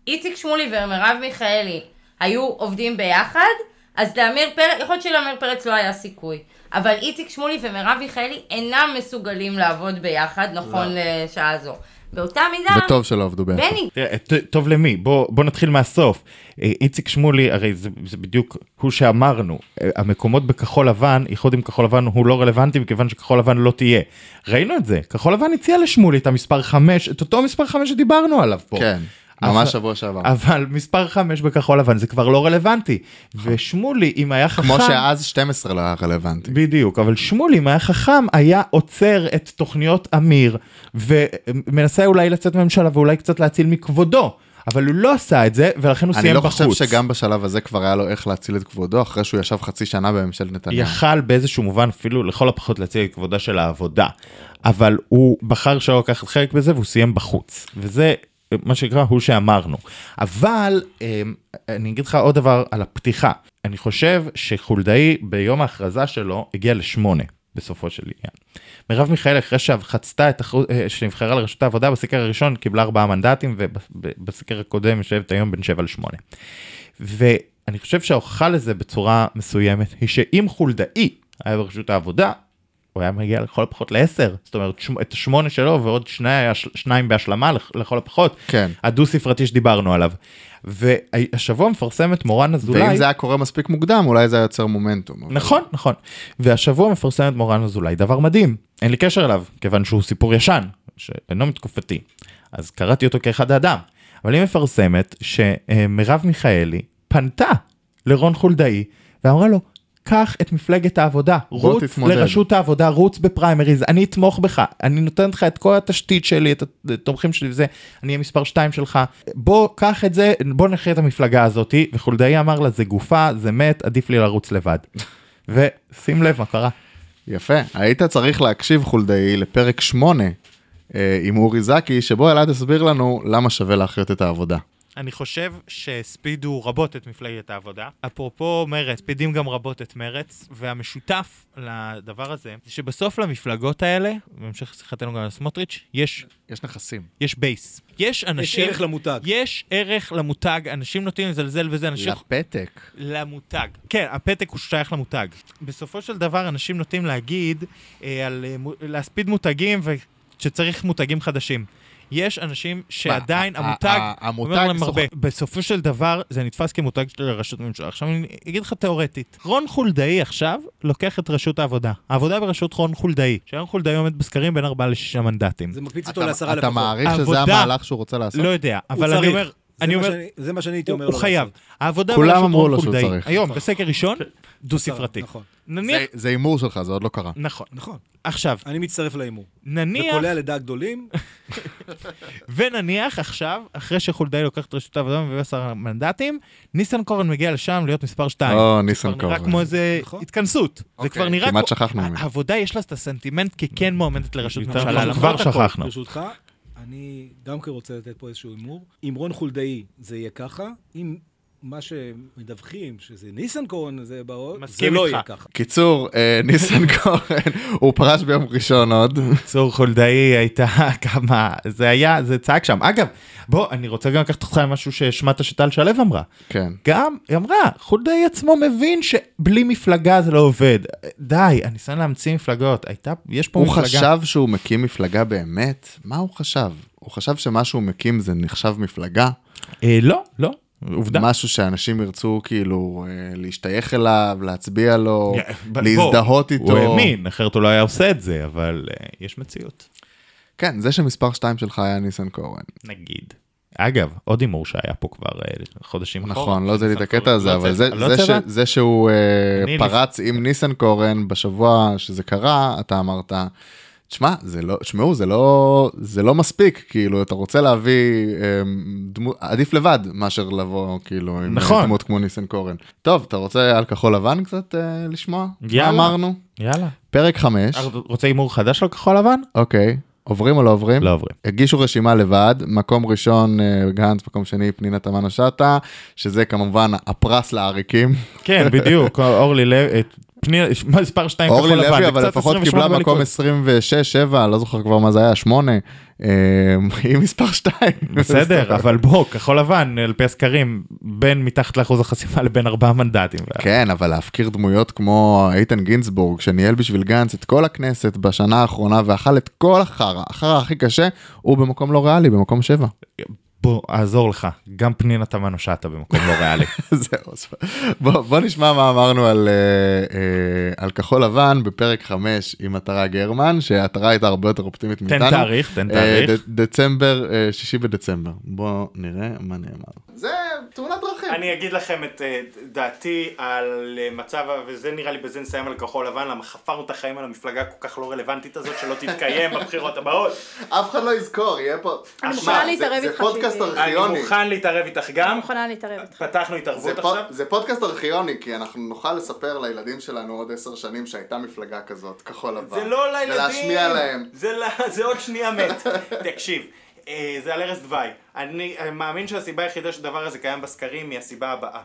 איציק שמולי ומרב מיכאלי היו עובדים ביחד, אז לאמיר פרץ, יכול להיות שלאמיר פרץ לא היה סיכוי. אבל איציק שמולי ומרב מיכאלי אינם מסוגלים לעבוד ביחד, נכון לשעה זו. באותה מידה, וטוב שלא עבדו ביחד. בני תראה, ט- טוב למי? בוא, בוא נתחיל מהסוף. אה, איציק שמולי, הרי זה, זה בדיוק הוא שאמרנו, אה, המקומות בכחול לבן, איחוד עם כחול לבן הוא לא רלוונטי מכיוון שכחול לבן לא תהיה. ראינו את זה, כחול לבן הציע לשמולי את המספר 5, את אותו מספר 5 שדיברנו עליו פה. כן, אבל- ממש שבוע שעבר. אבל מספר 5 בכחול לבן זה כבר לא רלוונטי. ושמולי, אם היה חכם... אה. כמו נכון. שאז 12 לא היה רלוונטי. בדיוק, אבל שמולי, אם היה חכם, היה עוצר את תוכניות אמיר, ומנסה אולי לצאת מהממשלה ואולי קצת להציל מכבודו, אבל הוא לא עשה את זה, ולכן הוא אני סיים לא בחוץ. חושב שגם בשלב הזה כבר היה לו איך להציל את כבודו, אחרי שהוא ישב חצי שנה בממשלת נתניהו. יכל באיזשהו מובן אפילו לכל הפחות להציל את כבודה של העבודה, אבל הוא בחר שלא לקחת חלק בזה והוא סיים בחוץ, וזה אה, מה שנקרא הוא שאמרנו. אבל אה, אני אגיד לך עוד דבר על הפתיחה, אני חושב שחולדאי ביום ההכרזה שלו הגיע לשמונה. בסופו של עניין. מרב מיכאל אחרי שחצתה את החוץ, שנבחרה לראשות העבודה בסקר הראשון קיבלה ארבעה מנדטים ובסקר הקודם יושבת היום בין שבע לשמונה. ואני חושב שההוכחה לזה בצורה מסוימת היא שאם חולדאי היה ברשות העבודה, הוא היה מגיע לכל הפחות לעשר, זאת אומרת שמ- את השמונה שלו ועוד שני, שניים בהשלמה לכ- לכל הפחות, כן. הדו ספרתי שדיברנו עליו. והשבוע מפרסמת מורן אזולאי. ואם זה היה קורה מספיק מוקדם, אולי זה היה יוצר מומנטום. אבל- נכון, נכון. והשבוע מפרסמת מורן אזולאי דבר מדהים, אין לי קשר אליו, כיוון שהוא סיפור ישן, שאינו מתקופתי. אז קראתי אותו כאחד האדם. אבל היא מפרסמת שמרב מיכאלי פנתה לרון חולדאי ואמרה לו, קח את מפלגת העבודה, בוא רוץ תתמודד." לראשות העבודה, רוץ בפריימריז, אני אתמוך בך, אני נותן לך את כל התשתית שלי, את התומכים שלי וזה, אני אהיה מספר 2 שלך, בוא, קח את זה, בוא נחיה את המפלגה הזאתי, וחולדאי אמר לה, זה גופה, זה מת, עדיף לי לרוץ לבד. ושים לב מה קרה. יפה, היית צריך להקשיב חולדאי לפרק 8 אה, עם אורי זקי, שבו אלעד הסביר לנו למה שווה להחיות את העבודה. אני חושב שהספידו רבות את מפלגת העבודה. אפרופו מרץ, הספידים גם רבות את מרץ, והמשותף לדבר הזה, זה שבסוף למפלגות האלה, בהמשך שיחתנו גם על סמוטריץ', יש, יש נכסים. יש בייס. יש יש אנשים... ערך למותג. יש ערך למותג, אנשים נוטים לזלזל בזה, אנשים... לפתק. למותג. כן, הפתק הוא שייך למותג. בסופו של דבר, אנשים נוטים להגיד אה, על... אה, מו- להספיד מותגים ושצריך מותגים חדשים. יש אנשים שעדיין ה- ה- אה, המותג... ה- אה, המותג אומר להם סוחב- הרבה. בסופו של דבר, זה נתפס כמותג של ראשות ממשלה. עכשיו אני אגיד לך תיאורטית. רון חולדאי עכשיו לוקח את ראשות העבודה. העבודה בראשות רון חולדאי. שהיום חולדאי עומד בסקרים בין 4 ל-6 מנדטים. זה מקפיץ אותו אתה- לעשרה אתה לפחות. מעריך שזה עבודה. המהלך שהוא רוצה לעשות? לא יודע, אבל הוא אני צריך. אומר... זה אני מה אומר, שאני- זה מה שאני הייתי הוא אומר לו. הוא חייב. לעשות. העבודה כולם בראשות אמרו רון לו שהוא חולדאי. צריך. היום, בסקר ראשון, עשרה, דו-ספרתי. נכון, נניח... זה- זה הימור שלך, זה עוד לא קרה. נכון. נכון. עכשיו, אני מצטרף להימור. נניח, וקולע לדעה גדולים, ונניח עכשיו, אחרי שחולדאי לוקח את רשות העבודה ומביא עשרה מנדטים, ניסנקורן מגיע לשם להיות מספר 2. או, כבר נראה ניסנקורן. כמו איזה נכון. התכנסות. זה אוקיי, כבר נראה כמעט כמו- שכחנו ה- ממנו. העבודה יש לה את הסנטימנט נכון. ככן מועמדת לראשות יותר ממשלה. מזה. למרות כבר הכל. שכחנו. ברשותך. אני גם כן רוצה לתת פה איזשהו הימור. אם רון חולדאי זה יהיה ככה, אם מה שמדווחים שזה ניסנקורן זה באות, זה מסכים לא איתך. יהיה ככה. קיצור, אה, ניסנקורן, הוא פרש ביום ראשון עוד. צור חולדאי הייתה כמה, זה היה, זה צעק שם. אגב, בוא, אני רוצה גם לקחת אותך למשהו שהשמעת שטל שלו אמרה. כן. גם, היא אמרה, חולדאי עצמו מבין שבלי מפלגה זה לא עובד. די, הניסיון להמציא מפלגות, הייתה, יש פה הוא מפלגה. חשב שהוא מקים מפלגה באמת? מה הוא חשב? הוא חשב שמה שהוא מקים זה נחשב מפלגה? אה, לא, לא, עובדה. משהו שאנשים ירצו כאילו אה, להשתייך אליו, להצביע לו, יא, ב- להזדהות איתו. הוא האמין, אחרת הוא לא היה עושה את זה, אבל אה, יש מציאות. כן, זה שמספר 2 שלך היה ניסנקורן. נגיד. אגב, עוד הימור שהיה פה כבר אה, חודשים אחורה. נכון, לא הוצאתי את הקטע הזה, לא אבל הוצאת- זה- לא זה הוצאת? ש- זה שהוא אה, אני פרץ עם ניסנקורן בשבוע שזה קרה, אתה אמרת, תשמע, זה לא, תשמעו, זה לא, זה לא מספיק, כאילו, אתה רוצה להביא אה, דמות, עדיף לבד מאשר לבוא, כאילו, עם נכון. דמות כמו ניסנקורן. טוב, אתה רוצה על כחול לבן קצת אה, לשמוע? יאללה. מה אמרנו? יאללה. פרק 5, אה, רוצה הימור חדש על כחול לבן? אוקיי, עוברים או לא עוברים? לא עוברים. הגישו רשימה לבד, מקום ראשון אה, גנץ, מקום שני פנינה תמנו שטה, שזה כמובן הפרס לעריקים. כן, בדיוק, אורלי לוי, את פנינה, מספר 2 כן, כחול אורלי לבן. לוי, זה אבל קצת לפחות 28 קיבלה בליכוד. מקום 26-7, לא זוכר כבר מה זה היה, 8, אה, היא מספר 2. בסדר, אבל בוא, כחול לבן, על פי הסקרים, בין מתחת לאחוז החסימה לבין ארבעה מנדטים. כן, אבל להפקיר דמויות כמו איתן גינזבורג, שניהל בשביל גנץ את כל הכנסת בשנה האחרונה ואכל את כל החרא, החרא הכי קשה, הוא במקום לא ריאלי, במקום 7. בוא, אעזור לך, גם פנינה תמנו שטה במקום לא ריאלי. זהו, אז בוא, בוא נשמע מה אמרנו על, אה, אה, על כחול לבן בפרק 5 עם עטרה גרמן, שהעטרה הייתה הרבה יותר אופטימית מאיתנו. תן תאריך, תן אה, תאריך. ד- דצמבר, אה, שישי בדצמבר. בוא נראה מה נאמר. זה תאונת דרכים. אני אגיד לכם את אה, דעתי על אה, מצב, ה- וזה נראה לי בזה נסיים על כחול לבן, למה חפרנו את החיים על המפלגה הכל כך לא רלוונטית הזאת שלא תתקיים בבחירות הבאות. אף אחד לא יזכור, יהיה פה... אני עכשיו, מוכנה זה- להתערב זה איתך, פודקאסט טיבי. אני מוכן להתערב איתך גם, אני מוכנה להתערב איתך. פתחנו התערבות עכשיו. זה פודקאסט ארכיוני, כי אנחנו נוכל לספר לילדים שלנו עוד עשר שנים שהייתה מפלגה כזאת, כחול לבן. זה לא לילדים. זה, ל- זה עוד שנייה מת. תקשיב, אה, זה על ערש דווי. אני אה, מאמין שהסיבה היחידה שהדבר הזה קיים בסקרים היא הסיבה הבאה.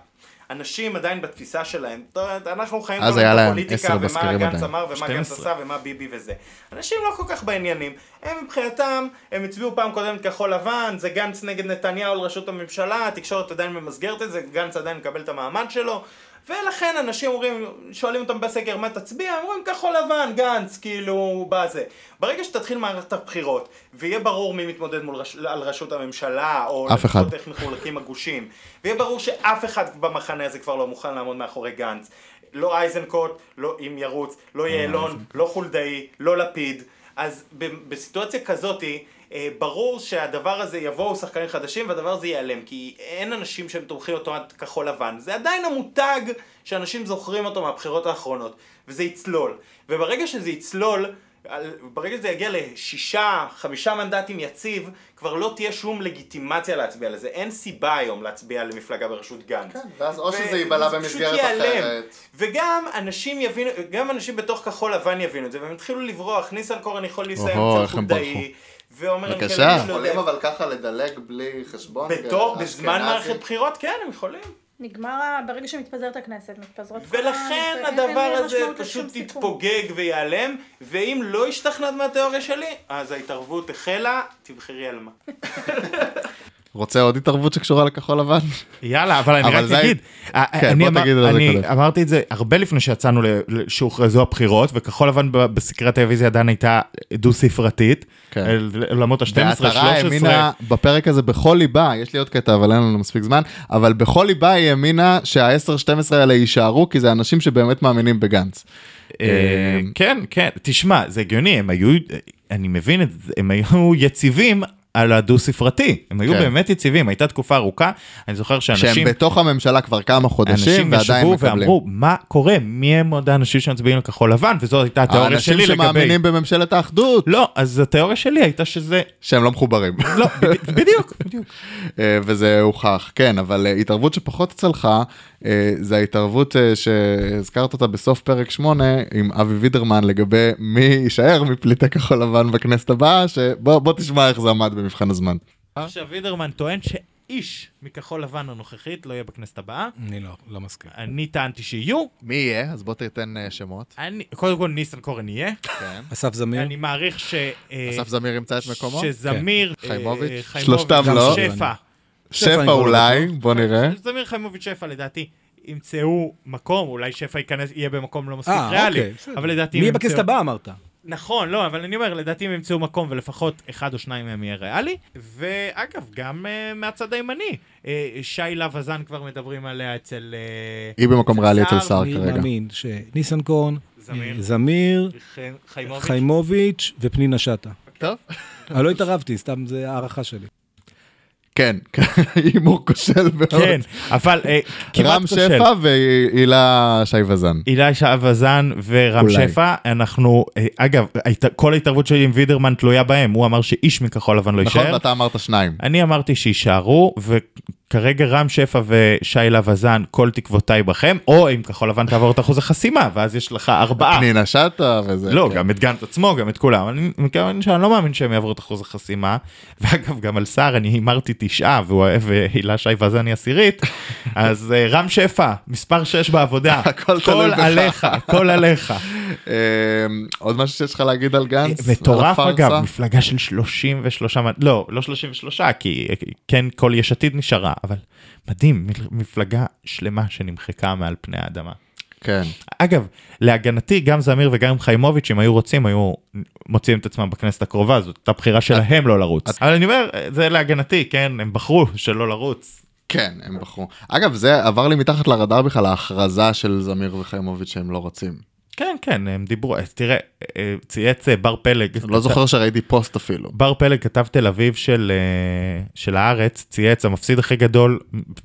אנשים עדיין בתפיסה שלהם, טוב, אנחנו חיים אז כל היה הזמן להם בפוליטיקה, עשר ומה בסקרים גנץ עדיין. אמר, ומה גנץ עשה, ומה ביבי וזה. אנשים לא כל כך בעניינים. הם מבחינתם, הם הצביעו פעם קודמת כחול לבן, זה גנץ נגד נתניהו על ראשות הממשלה, התקשורת עדיין ממסגרת את זה, גנץ עדיין מקבל את המעמד שלו. ולכן אנשים אומרים, שואלים אותם בסקר מה תצביע, הם אומרים כחול לבן, גנץ, כאילו, בזה. ברגע שתתחיל מערכת הבחירות, ויהיה ברור מי מתמודד מול רש... על ראשות הממשלה, או אף אחד. לפחות איך מחולקים הגושים, ויהיה ברור שאף אחד במחנה הזה כבר לא מוכן לעמוד מאחורי גנץ. לא אייזנקוט, לא אם ירוץ, לא יעלון, לא חולדאי, לא לפיד. אז ב- בסיטואציה כזאתי, אה, ברור שהדבר הזה יבואו שחקנים חדשים והדבר הזה ייעלם, כי אין אנשים שהם תומכים אותו עד כחול לבן. זה עדיין המותג שאנשים זוכרים אותו מהבחירות האחרונות, וזה יצלול. וברגע שזה יצלול, על, ברגע שזה יגיע לשישה, חמישה מנדטים יציב, כבר לא תהיה שום לגיטימציה להצביע לזה. אין סיבה היום להצביע למפלגה בראשות גנץ. ואז כן, או ו- שזה ייבלע זה פשוט במסגרת ייעלם. אחרת. וגם אנשים יבינו, גם אנשים בתוך כחול לבן יבינו את זה, והם התחילו לברוח, ניסנקורן יכול להסתיים אוהו, אצל איך הם חולדאי, ואומר... אני בבקשה. כן, אני לא יודע. יכולים לא אבל ככה לדלג בלי חשבון. בתור, בזמן מערכת בחירות, כן, הם יכולים. נגמר, ה- ברגע שמתפזרת הכנסת, מתפזרות... כל ולכן ה- אין- הדבר אין הזה משמעות פשוט לשום סיכום. יתפוגג וייעלם, ואם לא השתכנעת מהתיאוריה שלי, אז ההתערבות החלה, תבחרי על מה. רוצה עוד התערבות שקשורה לכחול לבן? יאללה, אבל אני אבל רק זה- אגיד, אה, כן, אני בוא אמר- תגיד על זה אני קודם. אמרתי את זה הרבה לפני שיצאנו, ל- ל- שהוכרזו הבחירות, וכחול לבן ב- בסקרי הטלוויזיה עדיין הייתה דו-ספרתית, כן. אל- לעולמות ה-12, והעטרה 13. האמינה בפרק הזה בכל ליבה, יש לי עוד קטע אבל אין לנו מספיק זמן, אבל בכל ליבה היא האמינה שה-10-12 האלה יישארו, כי זה אנשים שבאמת מאמינים בגנץ. אה, אמ, כן, כן, תשמע, זה הגיוני, הם היו, אני מבין את זה, הם היו יציבים. על הדו-ספרתי, הם היו כן. באמת יציבים, הייתה תקופה ארוכה, אני זוכר שהם שאנשים... בתוך הממשלה כבר כמה חודשים אנשים ועדיין ישבו מקבלים. ואמרו, מה קורה? מי הם עוד האנשים שמצביעים לכחול לבן? וזו הייתה התיאוריה האנשים שלי לגבי... שמאמינים בממשלת האחדות, לא, אז התיאוריה שלי הייתה שזה... שהם לא מחוברים. לא, בד- בדיוק, בדיוק. אה, וזה הוכח, כן, אבל אה, התערבות שפחות צלחה, אה, זה ההתערבות אה, שהזכרת אותה בסוף פרק 8 עם אבי וידרמן לגבי מי יישאר מפליטי כחול לבן בכנסת הבאה, שבוא בוא תשמע איך זה עמד במבחן הזמן. עכשיו וידרמן טוען שאיש מכחול לבן הנוכחית לא יהיה בכנסת הבאה. אני לא, לא מסכים. אני טענתי שיהיו. מי יהיה? אז בוא תיתן אה, שמות. אני, קודם כל ניסנקורן יהיה. כן. אסף זמיר, אני מעריך ש... אה, אסף זמיר ימצא את מקומו? שזמיר, כן. חיימוביץ'? אה, שלושתם לא. שפע, שפע שפע אני אולי, בוא אה, כן. נראה. זמיר חיימוביץ' שפע לדעתי ימצאו מקום, אולי שפע ייכנס, יהיה במקום לא מספיק אה, ריאלי, אוקיי, בסדר. אבל לדעתי מי יהיה הם בכנסת ימצאו- הבאה אמרת? נכון, לא, אבל אני אומר, לדעתי הם ימצאו מקום ולפחות אחד או שניים מהם יהיה ריאלי, ואגב, גם אה, מהצד הימני, אה, שי להב הזן כבר מדברים עליה אצל... אה, היא במקום ריאלי אצל סער, סער אני כרגע. מאמין שניסנקורן, זמיר. אה, זמיר, חי- חיימוביץ'. חיימוביץ' ופנינה שטה. טוב. אה, לא התערבתי, סתם זה הערכה שלי. כן, הימור כושל מאוד. כן, אבל אה, כמעט אוקיי. רם קשה. שפע והילה שי וזן. הילה שהבזן ורם אולי. שפע, אנחנו, אה, אגב, ההת- כל ההתערבות שלי עם וידרמן תלויה בהם, הוא אמר שאיש מכחול לבן לא נכון, יישאר. ואתה אמרת שניים. אני אמרתי שיישארו, וכרגע רם שפע ושי להב הזן, כל תקוותיי בכם, או אם כחול לבן תעבור את אחוז החסימה, ואז יש לך ארבעה. פנינה שטה וזה. אה. לא, כן. גם את גנץ עצמו, גם את כולם. אני מכיוון שאני לא מאמין שהם יעברו את אחוז החסימה. ואגב, גם על סער אני הימרתי תשעה, והוא- והילה שי וזן היא עשירית. אז אה, רם שפע, מספר שש בעבודה. הכל תלוי כל בך. עליך, הכל עליך. אמ, עוד משהו שיש לך להגיד על גנץ? אה, מטורף על אגב, הפארסה? מפלגה של 33, מנ- לא, לא 33, כי אה, כן, כל יש עתיד נשארה, אבל מדהים, מ- מפלגה שלמה שנמחקה מעל פני האדמה. כן. אגב, להגנתי, גם זמיר וגם חיימוביץ', אם היו רוצים, היו מוצאים את עצמם בכנסת הקרובה, זאת הייתה בחירה שלהם לא לרוץ. אבל אני אומר, זה להגנתי, כן, הם בחרו שלא לרוץ. כן, הם בחרו. אגב, זה עבר לי מתחת לרדאר בכלל, ההכרזה של זמיר וחיימוביץ' שהם לא רוצים. כן, כן, הם דיברו, אז תראה, אה, צייץ אה, בר פלג. לא זוכר שראיתי פוסט אפילו. בר פלג כתב תל אביב של, אה, של הארץ, צייץ, המפסיד הכי גדול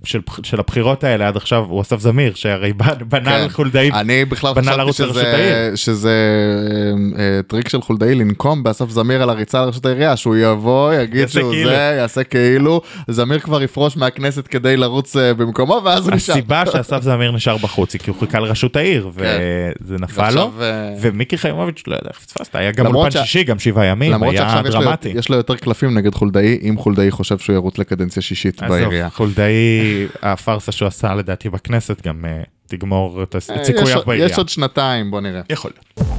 של, של הבחירות האלה עד עכשיו הוא אסף זמיר, שהרי בנ- בנה כן. על חולדאי. אני בכלל בנה חשבתי לרוץ לראשות שזה, העיר. שזה אה, אה, טריק של חולדאי לנקום באסף זמיר על הריצה לראשות העירייה, שהוא יבוא, יגיד יעשה שהוא כאילו. זה, יעשה כאילו, זמיר כבר יפרוש מהכנסת כדי לרוץ אה, במקומו, ואז הוא נשאר. הסיבה שאסף זמיר נשאר בחוץ היא כי הוא חיכה לראשות העיר, וזה נפל לו. כן. ועכשיו, אה, ומיקי חיימוביץ', לא יודע איך פספסת, היה גם למרות אולפן ש- שישי, גם שבעה ימים, למרות היה שעכשיו יש לו- דרמטי. יש לו יותר קלפים נגד חולדאי, אם חולדאי חושב שהוא ירוץ לקדנציה שישית בעירייה. עזוב, חולדאי, הפארסה שהוא עשה לדעתי בכנסת, גם אה, תגמור את הס- את אה, יש סיכוייו עוד- בעירייה. יש עוד שנתיים, בוא נראה. יכול להיות.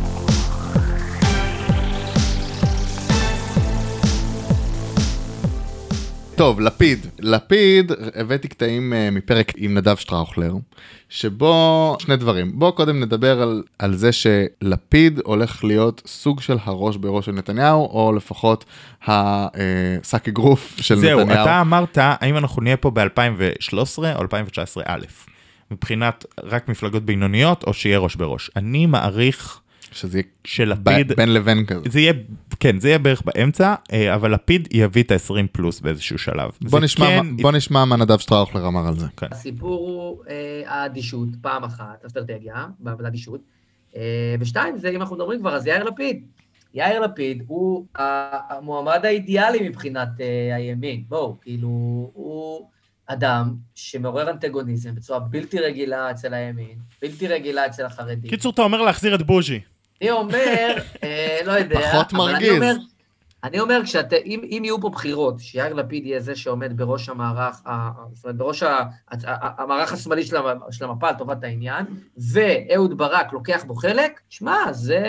טוב, לפיד. לפיד, הבאתי קטעים אה, מפרק עם נדב שטראוכלר, שבו שני דברים. בוא קודם נדבר על, על זה שלפיד הולך להיות סוג של הראש בראש של נתניהו, או לפחות השק אגרוף של זהו, נתניהו. אתה אמרת, האם אנחנו נהיה פה ב-2013 או 2019 א', מבחינת רק מפלגות בינוניות, או שיהיה ראש בראש. אני מעריך שזה יהיה שלפיד... ב- בין לבין כזה. זה יהיה, כן, זה יהיה בערך באמצע, אה, אבל לפיד יביא את ה-20 פלוס באיזשהו שלב. בוא זה נשמע, כן מה- בוא נשמע מה נדב שטראוכלר אמר על זה. הסיפור הוא אה, האדישות, פעם אחת, אסטרטגיה, בעבודה אדישות, אה, ושתיים, זה אם אנחנו מדברים כבר, אז יאיר לפיד. יאיר לפיד הוא ה- המועמד האידיאלי מבחינת אה, הימין, בואו, כאילו, הוא אדם שמעורר אנטגוניזם בצורה בלתי רגילה אצל הימין, בלתי רגילה אצל החרדים. קיצור, אתה אומר להחזיר את בוז'י. אני אומר, אה, לא יודע, פחות אבל אני מרגיז. אומר, אני אומר, כשאת, אם, אם יהיו פה בחירות, שיאיר לפיד יהיה זה שעומד בראש המערך, ה- ה- זאת אומרת, בראש ה- ה- ה- המערך השמאלי של המ- של המפה, לטובת העניין, ואהוד ברק לוקח בו חלק, שמע, זה...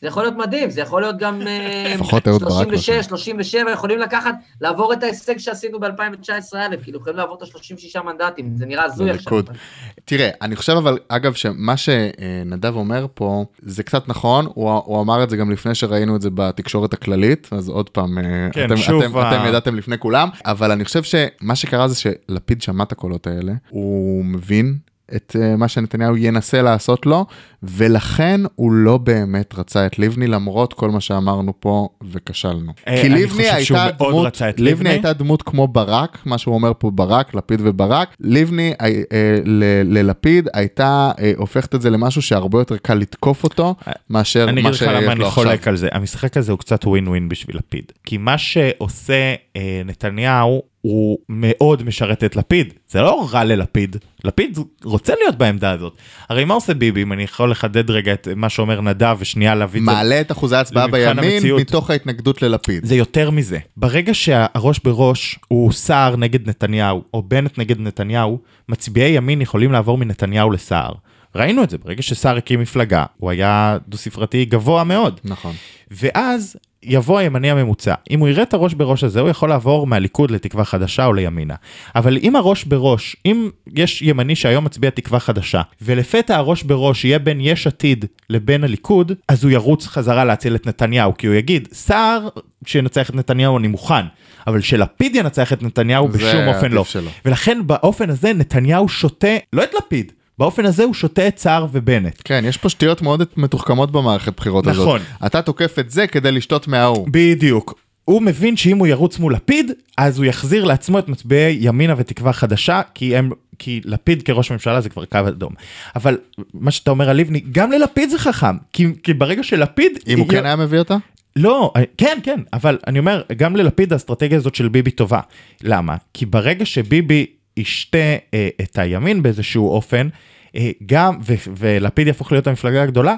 זה יכול להיות מדהים, זה יכול להיות גם אה, לפחות אהוד ברק לא 36, שם. 37, יכולים לקחת, לעבור את ההישג שעשינו ב-2019 א', כאילו, יכולים לעבור את ה-36 מנדטים, זה נראה הזוי עכשיו. לליכוד. תראה, אני חושב אבל, אגב, שמה שנדב אומר פה, זה קצת נכון, הוא, הוא אמר את זה גם לפני שראינו את זה בתקשורת הכללית, אז עוד פעם, אה, כן, אתם, שוב אתם, ה- אתם ידעתם לפני כולם, אבל אני חושב שמה שקרה זה שלפיד שמע את הקולות האלה, הוא מבין. את אה, מה שנתניהו ינסה לעשות לו, ולכן הוא לא באמת רצה את לבני, למרות כל מה שאמרנו פה, וכשלנו. אה, כי אני לבני חושב שהוא הייתה מאוד דמות, רצה את לבני לבני. הייתה דמות כמו ברק, מה שהוא אומר פה ברק, לפיד וברק, לבני אה, אה, ל- ללפיד הייתה אה, הופכת את זה למשהו שהרבה יותר קל לתקוף אותו, מאשר אה, אני אגיד מה לך שיש למה לו אני עכשיו. חולק על זה. המשחק הזה הוא קצת ווין ווין בשביל לפיד. כי מה שעושה אה, נתניהו, הוא מאוד משרת את לפיד. זה לא רע ללפיד. לפיד רוצה להיות בעמדה הזאת. הרי מה עושה ביבי, אם אני יכול לחדד רגע את מה שאומר נדב ושנייה להביא את זה מעלה את אחוזי ההצבעה למבחן בימין המציאות. מתוך ההתנגדות ללפיד. זה יותר מזה. ברגע שהראש בראש הוא סער נגד נתניהו, או בנט נגד נתניהו, מצביעי ימין יכולים לעבור מנתניהו לסער. ראינו את זה, ברגע שסער הקים מפלגה, הוא היה דו-ספרתי גבוה מאוד. נכון. ואז יבוא הימני הממוצע. אם הוא יראה את הראש בראש הזה, הוא יכול לעבור מהליכוד לתקווה חדשה או לימינה. אבל אם הראש בראש, אם יש ימני שהיום מצביע תקווה חדשה, ולפתע הראש בראש יהיה בין יש עתיד לבין הליכוד, אז הוא ירוץ חזרה להציל את נתניהו, כי הוא יגיד, סער, שינצח את נתניהו אני מוכן, אבל שלפיד ינצח את נתניהו זה בשום אופן העדיף לא. שלו. ולכן באופן הזה נתניהו שותה, לא את לפיד, באופן הזה הוא שותה את סער ובנט. כן, יש פה שטויות מאוד מתוחכמות במערכת בחירות הזאת. נכון. אתה תוקף את זה כדי לשתות מההוא. בדיוק. הוא מבין שאם הוא ירוץ מול לפיד, אז הוא יחזיר לעצמו את מצביעי ימינה ותקווה חדשה, כי הם... כי לפיד כראש ממשלה זה כבר קו אדום. אבל מה שאתה אומר על לבני, גם ללפיד זה חכם, כי, כי ברגע שלפיד... אם הוא יהיה- כן היה מביא אותה? לא, כן, כן, אבל אני אומר, גם ללפיד האסטרטגיה הזאת של ביבי טובה. למה? כי ברגע שביבי ישתה אה, את הימין באיזשהו אופן, אה, גם, ו, ולפיד יהפוך להיות המפלגה הגדולה,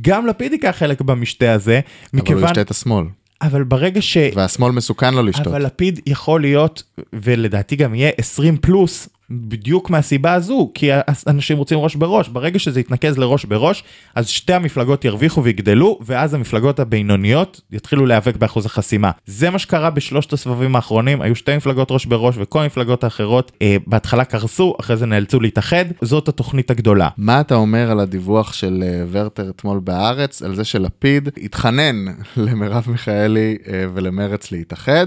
גם לפיד ייקח חלק במשתה הזה, אבל הוא מכיוון... ישתה את השמאל, אבל ברגע ש... והשמאל מסוכן לו לשתות. אבל לפיד יכול להיות, ולדעתי גם יהיה 20 פלוס, בדיוק מהסיבה הזו, כי ה- אנשים רוצים ראש בראש. ברגע שזה יתנקז לראש בראש, אז שתי המפלגות ירוויחו ויגדלו, ואז המפלגות הבינוניות יתחילו להיאבק באחוז החסימה. זה מה שקרה בשלושת הסבבים האחרונים, היו שתי מפלגות ראש בראש, וכל המפלגות האחרות אה, בהתחלה קרסו, אחרי זה נאלצו להתאחד, זאת התוכנית הגדולה. מה אתה אומר על הדיווח של אה, ורטר אתמול בהארץ, על זה שלפיד התחנן למרב מיכאלי אה, ולמרץ להתאחד,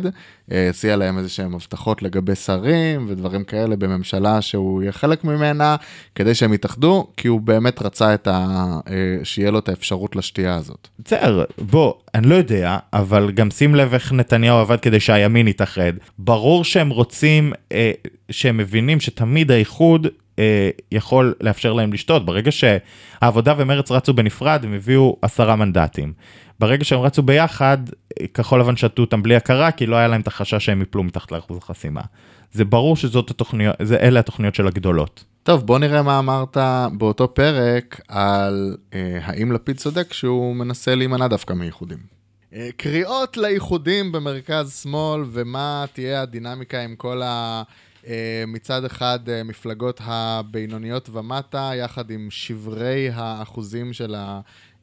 אה, הציע להם איזה שהם הבטחות לגבי שרים ודברים כאלה בממשלה שהוא יהיה חלק ממנה, כדי שהם יתאחדו, כי הוא באמת רצה את ה... אה, שיהיה לו את האפשרות לשתייה הזאת. בסדר, בוא, אני לא יודע, אבל גם שים לב איך נתניהו עבד כדי שהימין יתאחד. ברור שהם רוצים, אה, שהם מבינים שתמיד האיחוד אה, יכול לאפשר להם לשתות. ברגע שהעבודה ומרץ רצו בנפרד, הם הביאו עשרה מנדטים. ברגע שהם רצו ביחד, אה, כחול לבן שתו אותם בלי הכרה, כי לא היה להם את החשש שהם יפלו מתחת לאחוז החסימה. זה ברור שזאת התוכניות, זה, אלה התוכניות של הגדולות. טוב, בוא נראה מה אמרת באותו פרק על אה, האם לפיד צודק שהוא מנסה להימנע דווקא מאיחודים. אה, קריאות לאיחודים במרכז שמאל ומה תהיה הדינמיקה עם כל ה... אה, מצד אחד אה, מפלגות הבינוניות ומטה, יחד עם שברי האחוזים של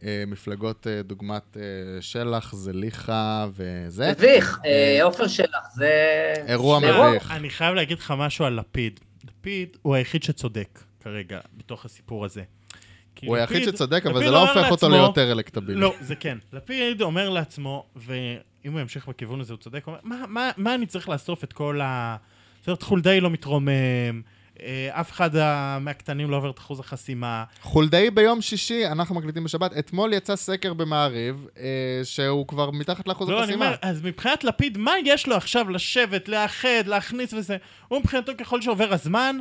המפלגות אה, דוגמת אה, שלח, זליכה וזה. מביך, אה, עופר שלח, זה... אה, אירוע זה מביך. אני חייב להגיד לך משהו על לפיד. לפיד הוא היחיד שצודק כרגע בתוך הסיפור הזה. כי הוא היחיד לפיד- שצודק, אבל לפיד זה לא אומר הופך אותו לעצמו- ליותר אלקטבילי. לא, זה כן. לפיד אומר לעצמו, ואם הוא ימשיך בכיוון הזה, הוא צודק, הוא אומר, "מה- מה- מה אני צריך לאסוף את כל ה... זאת אומרת, חולדאי לא מתרומם, אה, אף אחד ה- מהקטנים לא עובר את אחוז החסימה. חולדאי ביום שישי, אנחנו מקליטים בשבת, אתמול יצא סקר במעריב, אה, שהוא כבר מתחת לאחוז לא, אני החסימה. אומר, אז מבחינת לפיד, מה יש לו עכשיו לשבת, לאחד, להכניס וזה? הוא מבחינתו, ככל שעובר הזמן,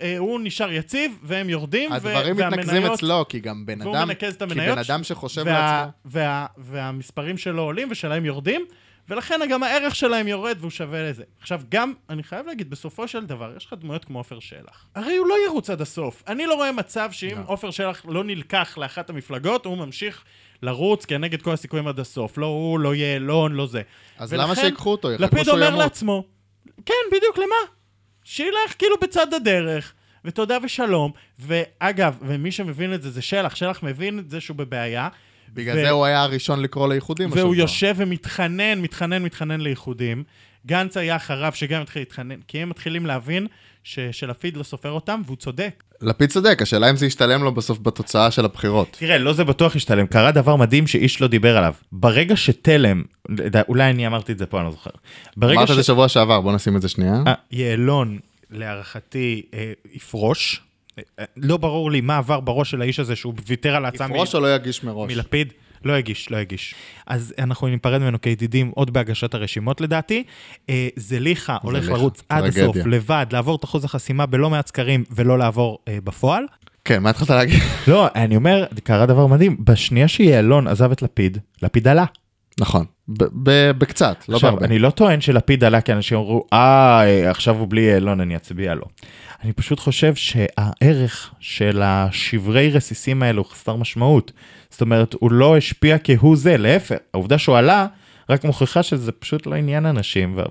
אה, הוא נשאר יציב, והם יורדים, ו- הדברים מתנקזים והמניות... אצלו, כי גם בן והוא אדם, מנקז את כי המניות, בן אדם שחושב וה, לעצמו, וה, והמספרים שלו עולים ושלהם יורדים, ולכן גם הערך שלהם יורד והוא שווה לזה. עכשיו, גם, אני חייב להגיד, בסופו של דבר, יש לך דמויות כמו עופר שלח. הרי הוא לא ירוץ עד הסוף. אני לא רואה מצב שאם עופר שלח לא נלקח לאחת לא המפלגות, הוא ממשיך לרוץ כנגד כל הסיכויים עד הסוף. לא הוא, לא יעלון, לא זה. אז ולכן, למה שיקחו אותו? יחכו לפיד שהוא אומר ימות. לעצמו, כן, בדיוק, למה? שילך כאילו בצד הדרך, ותודה ושלום. ואגב, ומי שמבין את זה זה שלח, שלח מבין את זה שהוא בבעיה. בגלל ו- זה הוא היה הראשון לקרוא לאיחודים השבוע. והוא יושב ומתחנן, מתחנן, מתחנן לאיחודים. גנץ היה אחריו שגם התחיל להתחנן, כי הם מתחילים להבין ש- שלפיד לא סופר אותם, והוא צודק. לפיד צודק, השאלה אם זה ישתלם לו בסוף בתוצאה של הבחירות. תראה, לא זה בטוח השתלם, קרה דבר מדהים שאיש לא דיבר עליו. ברגע שתלם, אולי אני אמרתי את זה פה, אני לא זוכר. ברגע אמרת ש- את זה שבוע שעבר, בוא נשים את זה שנייה. אה, יעלון, להערכתי, אה, יפרוש. אה, אה, לא ברור לי מה עבר בראש של האיש הזה שהוא ויתר על ההצעה מ- יפרוש או לא יגיש מראש? מלפיד. לא הגיש, לא הגיש. אז אנחנו ניפרד ממנו כידידים עוד בהגשת הרשימות לדעתי. אה, זליכה הולך זליכה, לרוץ עד טרגדיה. הסוף, לבד, לעבור את אחוז החסימה בלא מעט סקרים ולא לעבור אה, בפועל. כן, מה התחלת להגיד? לא, אני אומר, קרה דבר מדהים, בשנייה שיעלון עזב את לפיד, לפיד עלה. נכון. ב- ב- בקצת, לא עכשיו, בהרבה. אני לא טוען שלפיד עלה כי אנשים אמרו, אה, אה, עכשיו הוא בלי יעלון, אני אצביע לו. אני פשוט חושב שהערך של השברי רסיסים האלו הוא חסר משמעות. זאת אומרת, הוא לא השפיע כהוא זה, להפך, העובדה שהוא עלה, רק מוכיחה שזה פשוט לא עניין אנשים, ו-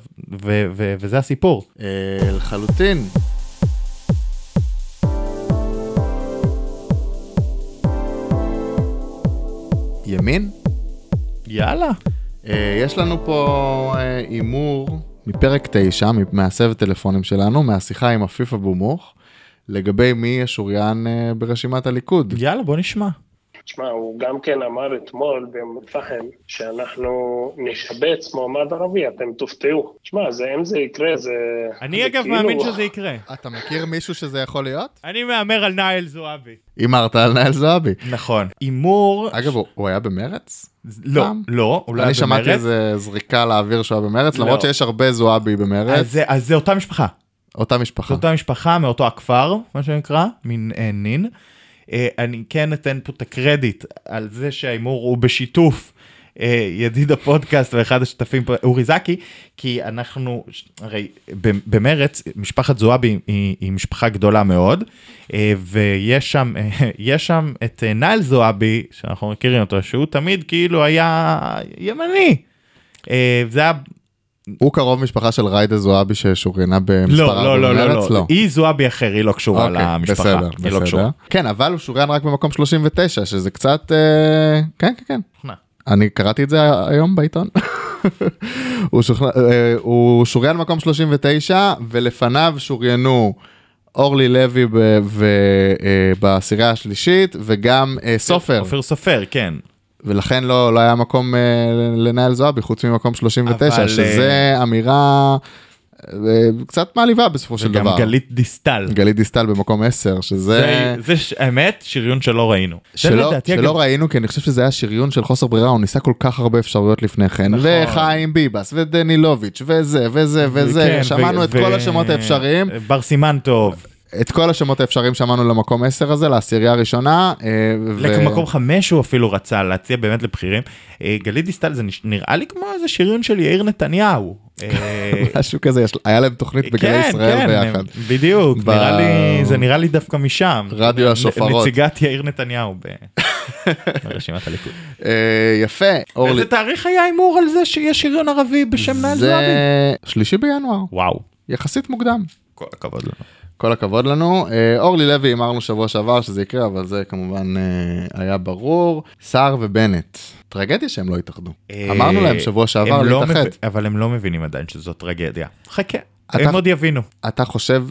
ו- ו- וזה הסיפור. אה, לחלוטין. ימין? יאללה. אה, יש לנו פה אה, הימור מפרק 9, מ- מהסבב טלפונים שלנו, מהשיחה עם עפיפה בומוך, לגבי מי ישוריין אה, ברשימת הליכוד. יאללה, בוא נשמע. תשמע, הוא גם כן אמר אתמול באום אל-פחם שאנחנו נשבץ מועמד ערבי, אתם תופתעו. תשמע, זה אם זה יקרה, זה... אני זה אגב כאילו- מאמין שזה יקרה. אתה מכיר מישהו שזה יכול להיות? אני מהמר על נאיל זועבי. הימרת על נאל זועבי. נכון. הימור... אגב, הוא- הוא היה במרץ? לא, פעם? לא, אולי אני שמעתי במרץ. איזה זריקה לאוויר שהוא היה במרץ, לא. למרות שיש הרבה זועבי במרץ, אז זה- אז זה אותה משפחה. אותה זו משפחה. אותה משפחה מאותו הכפר, מה שנקרא, מנין. אני כן אתן פה את הקרדיט על זה שההימור הוא בשיתוף אה, ידיד הפודקאסט ואחד השותפים פה, אורי זקי, כי אנחנו, ש- הרי ב- במרץ, משפחת זועבי היא, היא משפחה גדולה מאוד, אה, ויש שם, אה, יש שם את אה, נעל זועבי, שאנחנו מכירים אותו, שהוא תמיד כאילו היה ימני. אה, זה היה הוא קרוב משפחה של ריידה זועבי ששוריינה במספר לא, ארבע לא, לא, לא, במרץ? לא. היא זועבי אחר, היא לא קשורה אוקיי, למשפחה. בסדר, היא לא בסדר. קשורה. כן, אבל הוא שוריין רק במקום 39, שזה קצת... אה, כן, כן, כן. שוכנע. אני קראתי את זה היום בעיתון. הוא, שוכנע, אה, הוא שוריין מקום 39, ולפניו שוריינו אורלי לוי ב- ו- אה, בעשירייה השלישית, וגם אה, סופר, אופיר סופר, כן. ולכן לא, לא היה מקום אה, לנהל זועבי, חוץ ממקום 39, אבל, אה, שזה אמירה אה, קצת מעליבה בסופו של וגם דבר. גלית דיסטל. גלית דיסטל במקום 10, שזה... זה- זה ש- האמת, שריון שלא ראינו. זה שלא, לדעתי, שלא אגב, ראינו, כי אני חושב שזה היה שריון של חוסר ברירה, הוא ניסה כל כך הרבה אפשרויות לפני כן. נכון. וחיים ביבס, ודנילוביץ', וזה, וזה, וזה, כן, שמענו ו- את ו- כל השמות האפשריים, בר סימן טוב. את כל השמות האפשריים שמענו למקום 10 הזה, לעשירייה הראשונה. אה, ו- למקום חמש הוא אפילו רצה להציע באמת לבכירים. אה, גלית דיסטל זה נש- נראה לי כמו איזה שריון של יאיר נתניהו. אה, משהו כזה, יש- היה להם תוכנית בגלי כן, ישראל כן, ביחד. בדיוק, ב- נראה לי, זה נראה לי דווקא משם. רדיו נ- השופרות. נציגת יאיר נתניהו ב- ברשימת הליכוד. אה, יפה, אורלי. איזה תאריך היה הימור על זה שיש שריון ערבי בשם נאל זועבי? זה שלישי בינואר, וואו, יחסית מוקדם. כל הכבוד לנו. כל הכבוד לנו. אה, אורלי לוי אמרנו שבוע שעבר שזה יקרה, אבל זה כמובן אה, היה ברור. סער ובנט, טרגדיה שהם לא התאחדו. אמרנו להם שבוע שעבר אה, הם לא להתאחד. מב- אבל הם לא מבינים עדיין שזו טרגדיה. חכה, אתה- הם עוד יבינו. אתה חושב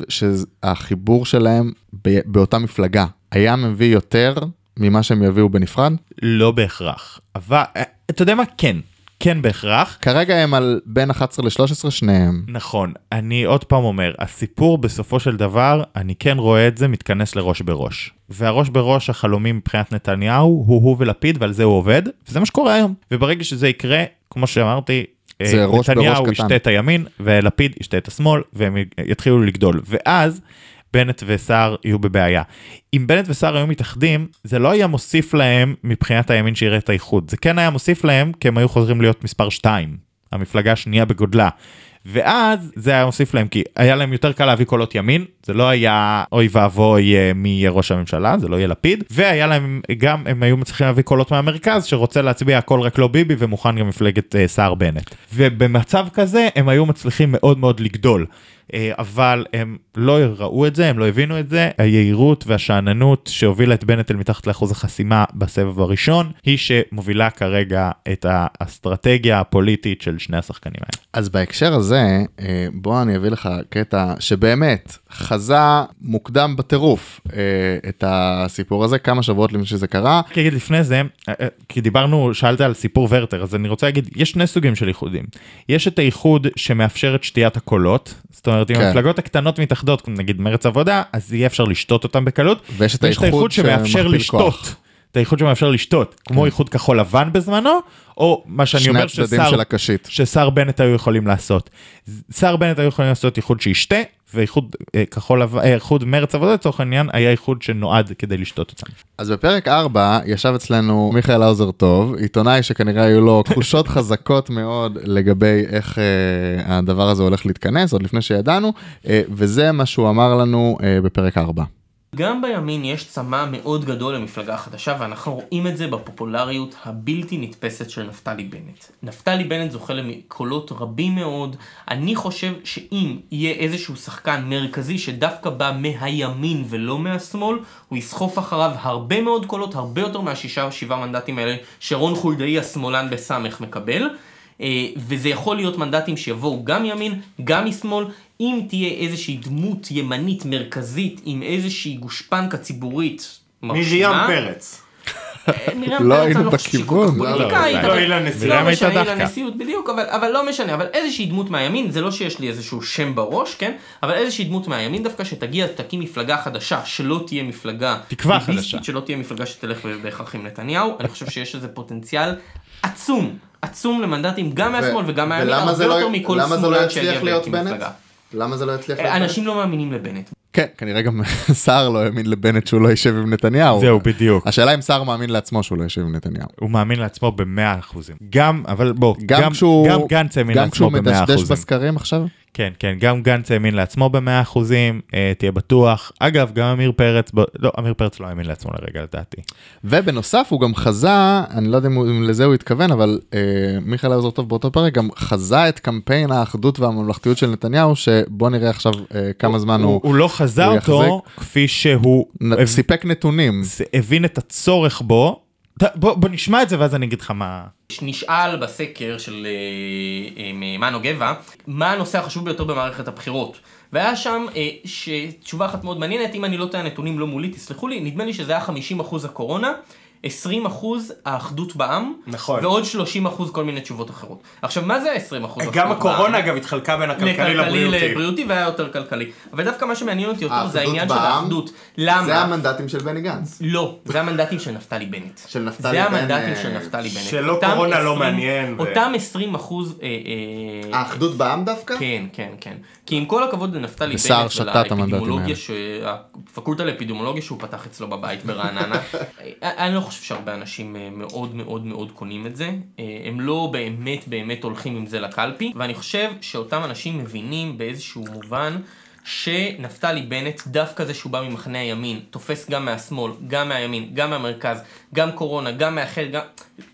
שהחיבור שלהם ב- באותה מפלגה היה מביא יותר ממה שהם יביאו בנפרד? לא בהכרח. אבל, אה, אתה יודע מה? כן. כן בהכרח. כרגע הם על בין 11 ל-13 שניהם. נכון, אני עוד פעם אומר, הסיפור בסופו של דבר, אני כן רואה את זה מתכנס לראש בראש. והראש בראש החלומי מבחינת נתניהו הוא הוא ולפיד ועל זה הוא עובד, וזה מה שקורה היום. וברגע שזה יקרה, כמו שאמרתי, אה, זה ראש נתניהו בראש ישתה קטן. את הימין ולפיד ישתה את השמאל, והם י- יתחילו לגדול. ואז בנט וסער יהיו בבעיה. אם בנט וסער היו מתאחדים, זה לא היה מוסיף להם מבחינת הימין שיראה את האיחוד. זה כן היה מוסיף להם, כי הם היו חוזרים להיות מספר 2, המפלגה השנייה בגודלה. ואז זה היה מוסיף להם, כי היה להם יותר קל להביא קולות ימין, זה לא היה אוי ואבוי אה, מי יהיה ראש הממשלה, זה לא יהיה לפיד, והיה להם גם, הם היו מצליחים להביא קולות מהמרכז, שרוצה להצביע הכל רק לא ביבי, ומוכן גם מפלגת אה, סער בנט. ובמצב כזה, הם היו מצליחים מאוד מאוד לגדול. אה, אבל הם לא ראו את זה, הם לא הבינו את זה. היהירות והשאננות שהובילה את בנט אל מתחת לאחוז החסימה בסבב הראשון, היא שמובילה כרגע את האסטרטגיה הפוליטית של שני השחקנים האלה. אז בהקשר הזה, אה, בוא אני אביא לך קטע שבאמת חזה מוקדם בטירוף אה, את הסיפור הזה, כמה שבועות לפני שזה קרה. רק אגיד לפני זה, אה, אה, כי דיברנו, שאלת על סיפור ורטר, אז אני רוצה להגיד, יש שני סוגים של איחודים. יש את האיחוד שמאפשר את שתיית הקולות, זאת אומרת, אם כן. המפלגות הקטנות מתאחדות, נגיד מרץ עבודה, אז יהיה אפשר לשתות אותם בקלות. ויש את האיחוד שמאפשר שמכפיל לשתות. כוח. את האיחוד שמאפשר לשתות, כמו איחוד כחול לבן בזמנו, או מה שאני כן. שני אומר הצדדים ששר- של הקשית. ששר בנט היו יכולים לעשות. שר בנט היו יכולים לעשות איחוד שישתה, ואיחוד אה, כחול לבן, אה, איחוד מרץ עבודה לצורך העניין, היה איחוד שנועד כדי לשתות אותם. אז בפרק 4 ישב אצלנו מיכאל האוזר טוב, עיתונאי שכנראה היו לו תחושות חזקות מאוד לגבי איך אה, הדבר הזה הולך להתכנס, עוד לפני שידענו, אה, וזה מה שהוא אמר לנו אה, בפרק 4. גם בימין יש צמא מאוד גדול למפלגה החדשה, ואנחנו רואים את זה בפופולריות הבלתי נתפסת של נפתלי בנט. נפתלי בנט זוכה לקולות רבים מאוד. אני חושב שאם יהיה איזשהו שחקן מרכזי שדווקא בא מהימין ולא מהשמאל, הוא יסחוף אחריו הרבה מאוד קולות, הרבה יותר מהשישה או שבעה מנדטים האלה שרון חולדאי השמאלן בסמ"ך מקבל. אה, וזה יכול להיות מנדטים שיבואו גם מימין, גם משמאל. אם תהיה איזושהי דמות ימנית מרכזית עם איזושהי גושפנקה ציבורית מרשימה... מרים פרץ. מרים לא פרץ, היינו אני לא חושב בכיוון. שהיא כל כך לא, פוליטיקאית, לא, אבל- היא לנשיאות. לא משנה, היא לנשיאות, בדיוק, אבל, אבל לא משנה, אבל איזושהי דמות מהימין, זה לא שיש לי איזשהו שם בראש, כן? אבל איזושהי דמות מהימין דווקא שתגיע, תקים מפלגה חדשה, שלא תהיה מפלגה... תקווה ביביסטית, חדשה. שלא תהיה מפלגה שתלך בהכרח עם נתניהו, אני חושב שיש לזה פוטנציאל עצום, עצום למנדטים, גם מהשמאל וגם מהימין, ולמה הרבה זה לא- יותר מכל למה זה לא שמאלן יצליח שיגיע להיות ויקים בנט? מפלגה. למה זה לא יצליח להיות בנט? אנשים לא מאמינים לבנט. כן, כנראה גם סער לא האמין לבנט שהוא לא יישב עם נתניהו. זהו, בדיוק. השאלה אם סער מאמין לעצמו שהוא לא יישב עם נתניהו. הוא מאמין לעצמו במאה אחוזים. גם, אבל בוא, גם כשהוא- גם גנץ האמין גם לעצמו כשהוא במאה מדשדש אחוזים. בסקרים עכשיו? כן, כן, גם גנץ האמין לעצמו במאה אחוזים, אה, תהיה בטוח. אגב, גם עמיר פרץ, ב... לא, עמיר פרץ לא האמין לעצמו לרגע, לדעתי. ובנוסף הוא גם חזה, אני לא יודע אם הוא- אם לזה הוא התכוון, אבל אה, מיכאל עזר טוב באותו פרק גם חזה את קמפיין האחדות והממלכתיות של נתניהו, שבוא נראה עכשיו אה, כמה זמן הוא, הוא... הוא לא חזה הוא אותו כפי שהוא... נ- סיפק נתונים. אה, הבין את הצורך בו. ת- בוא, בוא נשמע את זה ואז אני אגיד לך מה... נשאל בסקר של אה, אה, מ- מנו גבע, מה הנושא החשוב ביותר במערכת הבחירות. והיה שם אה, ש... תשובה אחת מאוד מעניינת, אם אני לא טועה, הנתונים לא מולי, תסלחו לי, נדמה לי שזה היה 50% הקורונה, 20% האחדות בעם, נכון. ועוד 30% כל מיני תשובות אחרות. עכשיו, מה זה ה-20% האחדות גם בעם? הקורונה אגב התחלקה בין הכלכלי לבריאותי. לבריאותי והיה יותר כלכלי. אבל דווקא מה שמעניין אותי יותר האחדות זה העניין של בעם, האחדות. למה? זה המנדטים של בני גנץ. לא, זה המנדטים של נפתלי בנט. של נפתלי אה, זה בנט. המנדטים של נפתלי בנט. שלא אותם קורונה לא 20 מעניין ו- אותם 20 אחוז... אה, אה, האחדות בעם דווקא? כן, כן, כן. כי עם כל הכבוד לנפתלי בנט, וסער שתת את המנדטים ולאפידמולוגיה האלה. ש- הפקולטה לאפידמולוגיה שהוא פתח אצלו בבית ברעננה, אה, אני לא חושב שהרבה אנשים אה, מאוד מאוד מאוד קונים את זה. אה, הם לא באמת באמת הולכים עם זה לקלפי, ואני חושב שאותם אנשים מבינים באיזשהו מובן שנפתלי בנט, דווקא זה שהוא בא ממחנה הימין, תופס גם מהשמאל, גם מהימין, גם מהמרכז, גם קורונה, גם מהחל, גם...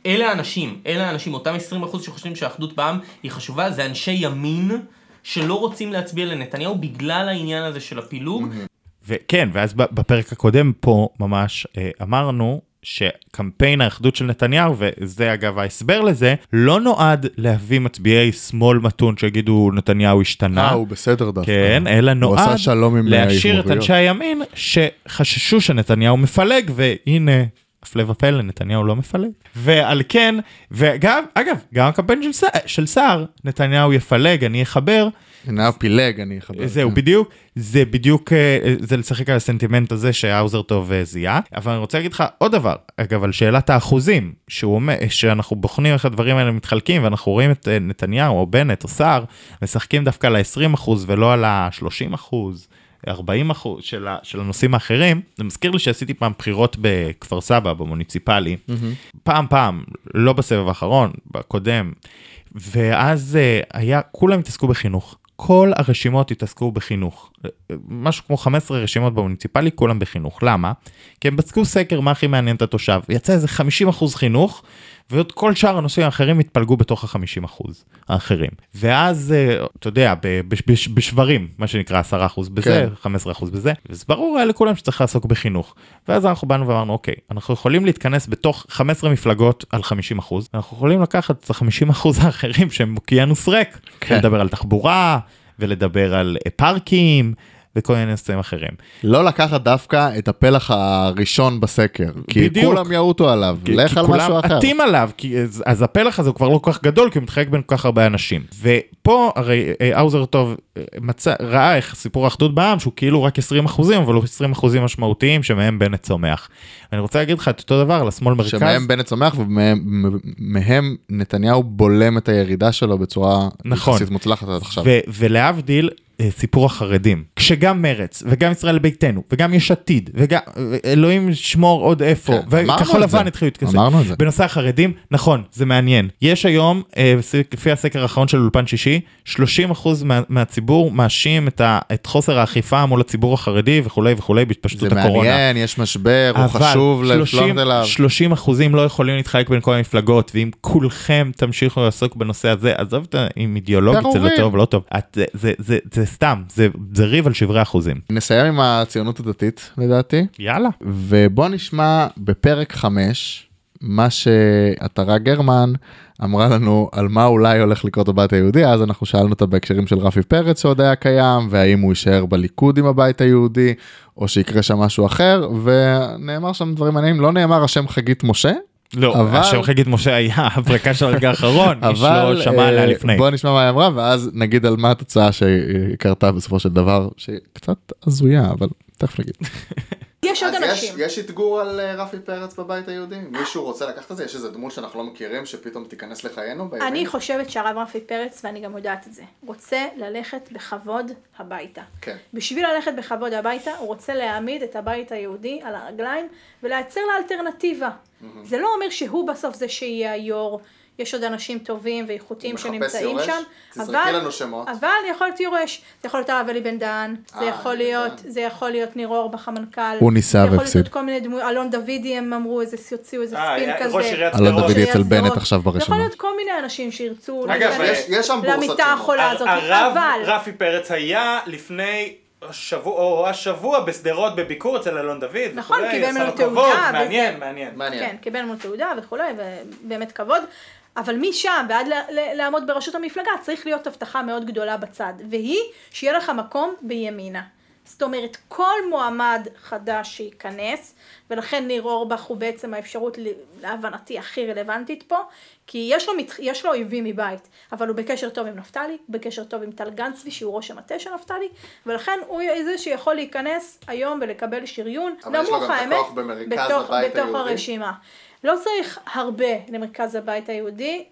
אלה האנשים, אלה האנשים, אותם 20% שחושבים שהאחדות בעם היא חשובה, זה אנשי ימין שלא רוצים להצביע לנתניהו בגלל העניין הזה של הפילוג. וכן, ואז ב- בפרק הקודם פה ממש אה, אמרנו שקמפיין האחדות של נתניהו, וזה אגב ההסבר לזה, לא נועד להביא מצביעי שמאל מתון שיגידו נתניהו השתנה. אה, הוא בסדר דווקא. כן, אלא הוא נועד עשה שלום עם להשאיר את האיחוריות. אנשי הימין שחששו שנתניהו מפלג, והנה, הפלא ופלא, נתניהו לא מפלג. ועל כן, וגם, אגב, גם הקמפיין של סע- של סער, נתניהו יפלג, אני אחבר. נתניהו פילג, אני אחבר. אה, זהו, בדיוק. זה בדיוק, אה, זה לשחק על הסנטימנט הזה שהאוזר טוב אה, זיהה. אבל אני רוצה להגיד לך עוד דבר, אגב, על שאלת האחוזים, שהוא אומר, אה, שאנחנו בוחנים איך הדברים האלה מתחלקים, ואנחנו רואים את אה, נתניהו, או בנט, או סער, משחקים דווקא על ה-20% ולא על ה-30%. 40 אחוז של, ה- של הנושאים האחרים, זה מזכיר לי שעשיתי פעם בחירות בכפר סבא, במוניציפלי, מהמם. פעם פעם, לא בסבב האחרון, בקודם, ואז אה, היה, כולם התעסקו בחינוך. כל הרשימות התעסקו בחינוך. אה, אה, משהו כמו 15 רשימות במוניציפלי, כולם בחינוך. למה? כי הם בדקו סקר מה הכי מעניין את התושב. יצא איזה 50% חינוך, ועוד כל שאר הנושאים האחרים התפלגו בתוך ה-50% האחרים. ואז, אה, אתה יודע, ב- בש- בש- בשברים, מה שנקרא 10% בזה, כן. 15% בזה, אז ברור היה לכולם שצריך לעסוק בחינוך. ואז אנחנו באנו ואמרנו, אוקיי, אנחנו יכולים להתכנס בתוך 15 מפלגות על 50%, אנחנו יכולים לקחת את ה-50% האחרים שהם אוקיינוס ריק, כן. ולדבר על תחבורה, ולדבר על אה, פארקים, וכל מיני נושאים אחרים. לא לקחת דווקא את הפלח הראשון בסקר, כי בדיוק. כולם יעוטו עליו, כי- לך כי על משהו כולם אחר. עטים עליו, כי אז- אז הפלח הזה הוא כבר לא כל כך גדול, כי הוא מתחלק בין כל כך הרבה אנשים. ופה הרי אה, האוזר טוב אה, מצא, ראה איך סיפור האחדות בעם, שהוא כאילו רק 20 אחוזים, אבל הוא 20 אחוזים משמעותיים שמהם בנט צומח. אני רוצה להגיד לך את אותו דבר על השמאל מרכז. שמהם בנט צומח ומהם נתניהו בולם את הירידה שלו בצורה נכון. יחסית מוצלחת עד עכשיו. ו- ולהבדיל, אה, סיפור החרדים. כשגם מרץ, וגם ישראל ביתנו, וגם יש עתיד, וגם, אה, אלוהים שמור עוד איפה, כן, אמרנו וכחול את זה. לבן התחילו להתכסף. אמרנו את זה. בנושא החרדים, נכון, זה מעניין. יש היום, אה, ס- לפי הסקר האחרון של אולפן שישי, 30% מה- מהציבור מאשים את ה- את חוסר האכיפה מול הציבור החרדי וכולי וכולי בהתפשטות זה הקורונה. מעניין, יש משבר, הוא אבל חשוב לא 30 לפלונד אליו. 30 אחוזים לא יכולים להתחלק בין כל המפלגות, ואם כולכם תמשיכו לעסוק בנושא הזה, עזוב את ה- אם אידיאולוגית זה לא פירורים. טוב, לא טוב. את, זה, זה, זה, זה סתם, זה, זה ריב על שברי אחוזים. נסיים עם הציונות הדתית לדעתי. יאללה. ובוא נשמע בפרק 5 מה שעטרה גרמן אמרה לנו על מה אולי הולך לקרות בבית היהודי, אז אנחנו שאלנו אותה בהקשרים של רפי פרץ שעוד היה קיים, והאם הוא יישאר בליכוד עם הבית היהודי, או שיקרה שם משהו אחר, ונאמר שם דברים מעניינים, לא נאמר השם חגית משה. לא, אבל- השם חגית משה היה הברקה של הרגע האחרון, איש לא שמע אה, עליה לפני. בוא נשמע מה היא אמרה ואז נגיד על מה התוצאה שקרתה בסופו של דבר שקצת הזויה אבל תכף נגיד. יש עוד אז אנשים. יש אתגור על אה, רפי פרץ בבית היהודי? מישהו רוצה לקחת את זה? יש איזה דמות שאנחנו לא מכירים שפתאום תיכנס לחיינו? בימים? אני חושבת שהרב רפי פרץ, ואני גם יודעת את זה, רוצה ללכת בכבוד הביתה. כן. בשביל ללכת בכבוד הביתה, הוא רוצה להעמיד את הבית היהודי על הרגליים ולייצר לה אלטרנטיבה. מהמם. זה לא אומר שהוא בסוף זה שיהיה היו"ר. יש עוד אנשים טובים ואיכותיים הוא מחפש שנמצאים יורש? שם. תזרקי לנו שמות. אבל יכול להיות יורש. זה יכול להיות הרב אלי בן דהן, זה אה, יכול אלי בן להיות, זה יכול להיות ניר אורבך המנכ"ל. הוא ניסה זה יכול להיות והפסיד. עוד כל מיני דמויות, אלון דוידי הם אמרו איזה, הוציאו איזה אה, ספין היה- כזה. ראש עיריית אלון שדרות. דוידי אצל שדרות. בנט עכשיו זה יכול ברשימה. להיות כל מיני אנשים שירצו אגב, להיכנס יש- יש שם בורסת למיטה החולה הזאת, הרב אבל רפי פרץ היה לפני שבוע, או השבוע בשדרות בביקור אצל אלון דוד. נכון, וכולי, קיבל עשה ממנו לו תעודה, כבוד, וזה- מעניין, מעניין. כן, קיבל ממנו תעודה וכולי, ובאמת כבוד. אבל משם ועד ל- ל- לעמוד בראשות המפלגה צריך להיות הבטחה מאוד גדולה בצד, והיא שיהיה לך מקום בימינה. זאת אומרת, כל מועמד חדש שייכנס, ולכן ניר אורבך הוא בעצם האפשרות ל- להבנתי הכי רלוונטית פה, כי יש לו, מת... יש לו אויבים מבית, אבל הוא בקשר טוב עם נפתלי, בקשר טוב עם טל גנצבי שהוא ראש המטה של נפתלי, ולכן הוא יהיה זה שיכול להיכנס היום ולקבל שריון, אבל יש לו נמוך גם את האמת, הכוח במרכז בתוך, הבית בתוך היהודי. הרשימה. לא צריך הרבה למרכז הבית היהודי,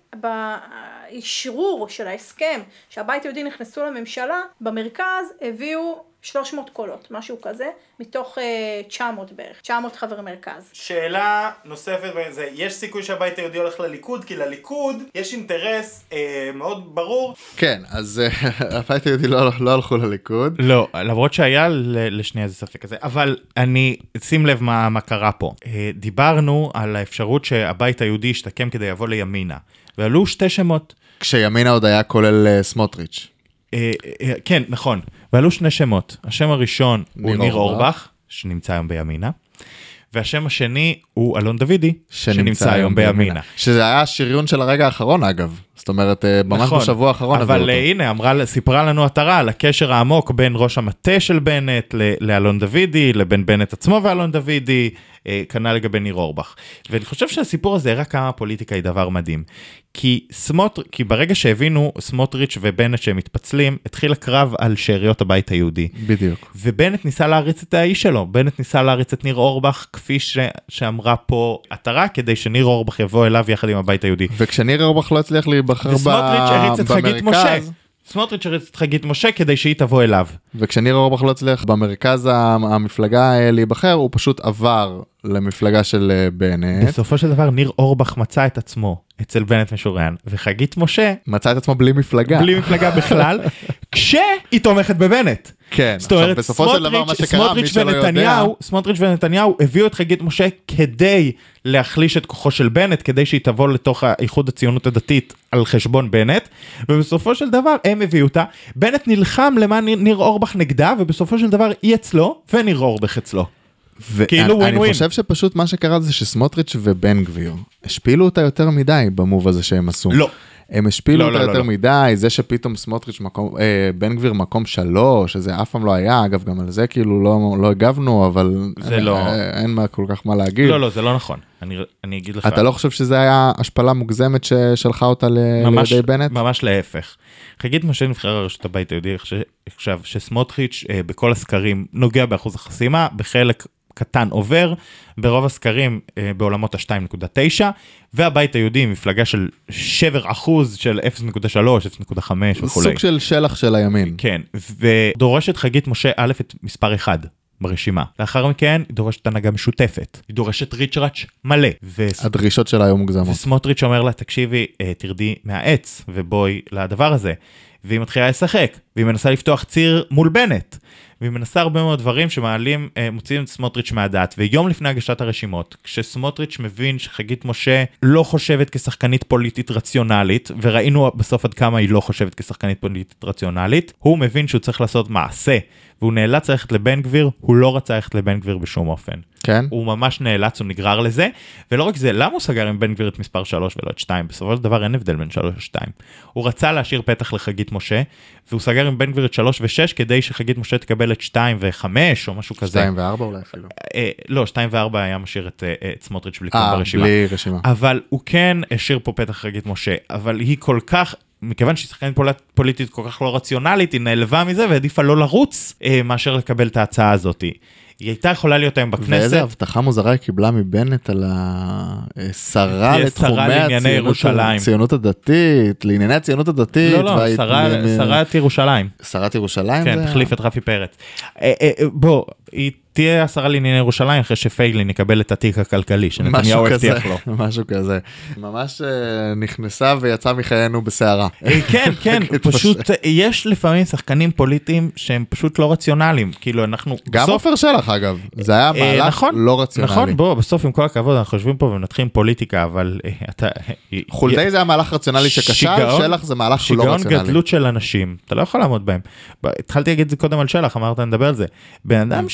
באשרור של ההסכם שהבית היהודי נכנסו לממשלה, במרכז הביאו 300 קולות, משהו כזה, מתוך אה, 900 בערך, 900 חברי מרכז. שאלה נוספת, וזה, יש סיכוי שהבית היהודי הולך לליכוד? כי לליכוד יש אינטרס אה, מאוד ברור. כן אז אה, הבית היהודי לא לא הלכו לליכוד. לא, למרות שהיה ל- לשנייה איזה ספק כזה, אבל אני, שים לב מה, מה קרה פה. אה, דיברנו על האפשרות שהבית היהודי ישתקם כדי לבוא לימינה, ועלו שתי שמות. כשימינה עוד היה כולל אה, סמוטריץ'. אה, אה, כן, נכון. ועלו שני שמות. השם הראשון הוא ניר ניר אורבך. אורבך, שנמצא היום בימינה, והשם השני הוא אלון דוידי, שנמצא היום בימינה. שזה היה השריון של הרגע האחרון אגב. זאת אומרת אה, ממש נכון, בשבוע האחרון. הביאו אבל אותו. אה, הנה, אמרה, סיפרה לנו עטרה על הקשר העמוק בין ראש המטה של בנט ל- לאלון דוידי, לבין בנט עצמו ואלון דוידי, אה, כנ"ל לגבי ניר אורבך. ואני חושב שהסיפור הזה הראה כמה הפוליטיקה היא דבר מדהים. כי סמוטר, כי ברגע שהבינו סמוטריץ' ובנט שהם מתפצלים, התחיל הקרב על שאריות הבית היהודי. בדיוק. ובנט ניסה להריץ את האיש שלו, בנט ניסה להריץ את ניר אורבך, כפי ש... שאמרה פה עטרה, כדי שניר אורבך יבוא אליו יחד עם הבית היהודי. וכשניר אורבך לא הצליח להיבחר ב- וסמוטריץ' הריץ את חגית משה. במרכז. סמוטריץ' הריץ את חגית משה כדי שהיא תבוא אליו. וכשניר אורבך לא הצליח במרכז המ- המפלגה אה, להיבחר, הוא פשוט עבר למפלגה של אה, בנט. בסופו של דבר ניר אורבך מצא את עצמו אצל בנט משוריין, וחגית משה מצא את עצמו בלי מפלגה. בלי מפלגה בכלל, כשהיא תומכת בבנט. כן, זאת אומרת, בסופו של דבר מה סמוטריץ'- שקרה, מי סמוטריץ' שלא יודע- ונתניהו, סמוטריץ' ונתניהו הביאו את חגית משה כדי להחליש את כוחו של בנט, כדי שהיא תבוא לתוך האיחוד הציונות הדתית על חשבון בנט, ובסופו של דבר הם הביאו אותה, בנט נלחם למען ניר- ניר אורבך נגדה, ובסופו של דבר היא אצלו, וניר אורבך אצלו. כאילו ואני- ווין אני ווין. חושב שפשוט מה שקרה זה שסמוטריץ' ובן גביר השפילו אותה יותר מדי במוב הזה שהם עשו. לא. הם השפילו לא, אותה לא, לא, יותר לא. מדי, זה שפתאום סמוטריץ' מקום, אה, בן גביר מקום שלוש, שזה אף פעם לא היה, אגב גם על זה כאילו לא, לא הגבנו, אבל זה אה, לא- אה, אין מה כל כך מה להגיד. לא, לא, זה לא נכון. אני- אני אגיד לך... אתה לא חושב שזה היה השפלה מוגזמת ששלחה אותה ל... ממש, לידי בנט? ממש להפך. חגית משה נבחרה לראשות הבית היהודי אני חושב- עכשיו, שסמוטריץ' אה, בכל הסקרים נוגע באחוז החסימה, בחלק קטן עובר, ברוב הסקרים אה, בעולמות ה-2.9, והבית היהודי היא מפלגה של שבר אחוז של 0.3, 0.5 וכולי. סוג של שלח של הימין. כן, ודורשת חגית משה א' את מספר 1. ברשימה. לאחר מכן היא דורשת הנהגה משותפת, היא דורשת ריצ'ראץ' מלא. וס- הדרישות שלה היו מוגזמות. וסמוטריץ' אומר לה, תקשיבי, אה, תרדי מהעץ ובואי לדבר הזה. והיא מתחילה לשחק, והיא מנסה לפתוח ציר מול בנט. והיא מנסה הרבה מאוד דברים שמעלים, אה, מוציאים את סמוטריץ' מהדעת. ויום לפני הגשת הרשימות, כשסמוטריץ' מבין שחגית משה לא חושבת כשחקנית פוליטית רציונלית, וראינו בסוף עד כמה היא לא חושבת כשחקנית פוליטית רציונלית, הוא מבין שהוא צריך לעשות מעשה, והוא נאלץ ללכת לבן גביר, הוא לא רצה ללכת לבן גביר בשום אופן. כן. הוא ממש נאלץ, הוא נגרר לזה, ולא רק זה, למה הוא סגר עם בן גביר את מספר 3 ולא את 2? בסופו של דבר אין הבדל בין 3 ל-2. הוא רצה להשאיר פתח לחגית משה, והוא סגר עם בן גביר את 3 ו-6 כדי שחגית משה תקבל את 2 ו-5 או משהו כזה. שתיים וארבע אולי אפילו. אה, לא, 2 ו-4 היה משאיר את, אה, אה, את סמוטריץ' בלי אה, כלום ברשימה. בלי רשימה. אבל הוא כן השאיר פה פתח חגית משה, אבל היא כל כך... מכיוון שהיא שחקנית פול- פוליטית כל כך לא רציונלית, היא נעלבה מזה והעדיפה לא לרוץ אה, מאשר לקבל את ההצעה הזאת. היא הייתה יכולה להיות היום בכנסת. ואיזה הבטחה מוזרה היא קיבלה מבנט על השרה תהיה לתחומי שרה לענייני הציונות- ירושלים. הציונות הדתית, לענייני הציונות הדתית. לא, לא, והיית- שרה- מ- שרת ירושלים. שרת ירושלים? כן, זה- תחליף את רפי פרץ. אה, אה, אה, בוא, היא תהיה השרה לענייני ירושלים אחרי שפייגלין יקבל את התיק הכלכלי משהו שנתניהו כזה, הבטיח לו. משהו כזה. ממש אה, נכנסה ויצאה מחיינו בסערה. אה, כן, כן, פשוט אה, יש לפעמים שחקנים פוליטיים שהם פשוט לא רציונליים. כאילו, אנחנו גם בסוף... עופר שלח אגב, זה היה אה, מהלך נכון, לא רציונלי. נכון, בוא, בסוף עם כל הכבוד, אנחנו יושבים פה ומנתחים פוליטיקה, אבל אה, אתה... אה, חולדאי זה היה מהלך רציונלי שכשל, שיגעון- שלח זה מהלך לא שיגעון רציונלי. גדלות של אנשים, אתה לא יכול לעמוד בהם. ב- התחלתי להגיד את זה קודם על שלח, אמרת נדבר על זה. בן Mm. אדם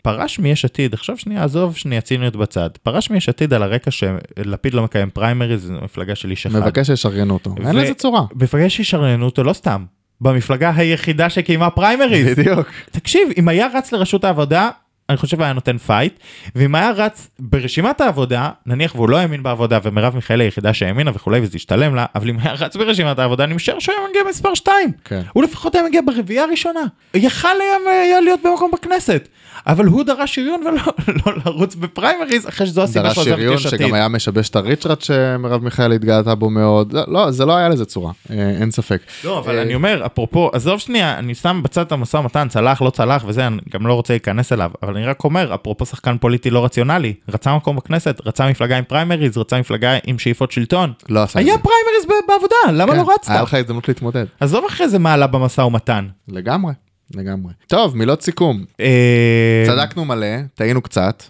שפרש מיש עתיד, עכשיו שנייה, עזוב שנייה ציניות בצד, פרש מיש עתיד על הרקע שלפיד לא מקיים פריימריז, זו מפלגה של איש אחד. מבקש שישריינו אותו. אין ו- לזה צורה. מפלגה שישריינו אותו לא סתם, במפלגה היחידה שקיימה פריימריז. בדיוק. תקשיב, אם היה רץ לראשות העבודה, אני חושב היה נותן פייט, ואם היה רץ ברשימת העבודה, נניח והוא לא האמין בעבודה, ומרב מיכאלי היחידה שהאמינה וכולי, וזה השתלם לה, אבל אם היה רץ ברשימת העבודה, אני משער שהוא היה מגיע מספר 2. כן. הוא לפחות היה מגיע ברביעייה הראשונה. יכל היה, היה להיות במקום בכנסת. אבל הוא דרש שריון ולא לא לרוץ בפריימריז, אחרי שזו הסיבה דרש שהוא עזב את שריון יש עתיד. שגם היה משבש את הריצ'רד שמרב מיכאלי התגאתה בו מאוד. לא, לא, זה לא היה לזה צורה, אה, אין ספק. לא, אבל אה, אני אומר, אפרופו, עזוב שנייה, אני שם בצד את המשא ומתן, צלח, לא צלח וזה, אני גם לא רוצה להיכנס אליו, אבל אני רק אומר, אפרופו שחקן פוליטי לא רציונלי, רצה מקום בכנסת, רצה מפלגה עם פריימריז, רצה מפלגה עם שאיפות שלטון. לא עשה את היה זה. פריימריז ב- בעבודה, למה כן, לא היה רצת? לך הזדמנות להתמודד. עזוב אחרי זה מה עלה במשא ומתן. לגמרי, לגמרי. טוב, מילות סיכום. אה, צדקנו מלא, טעינו קצת.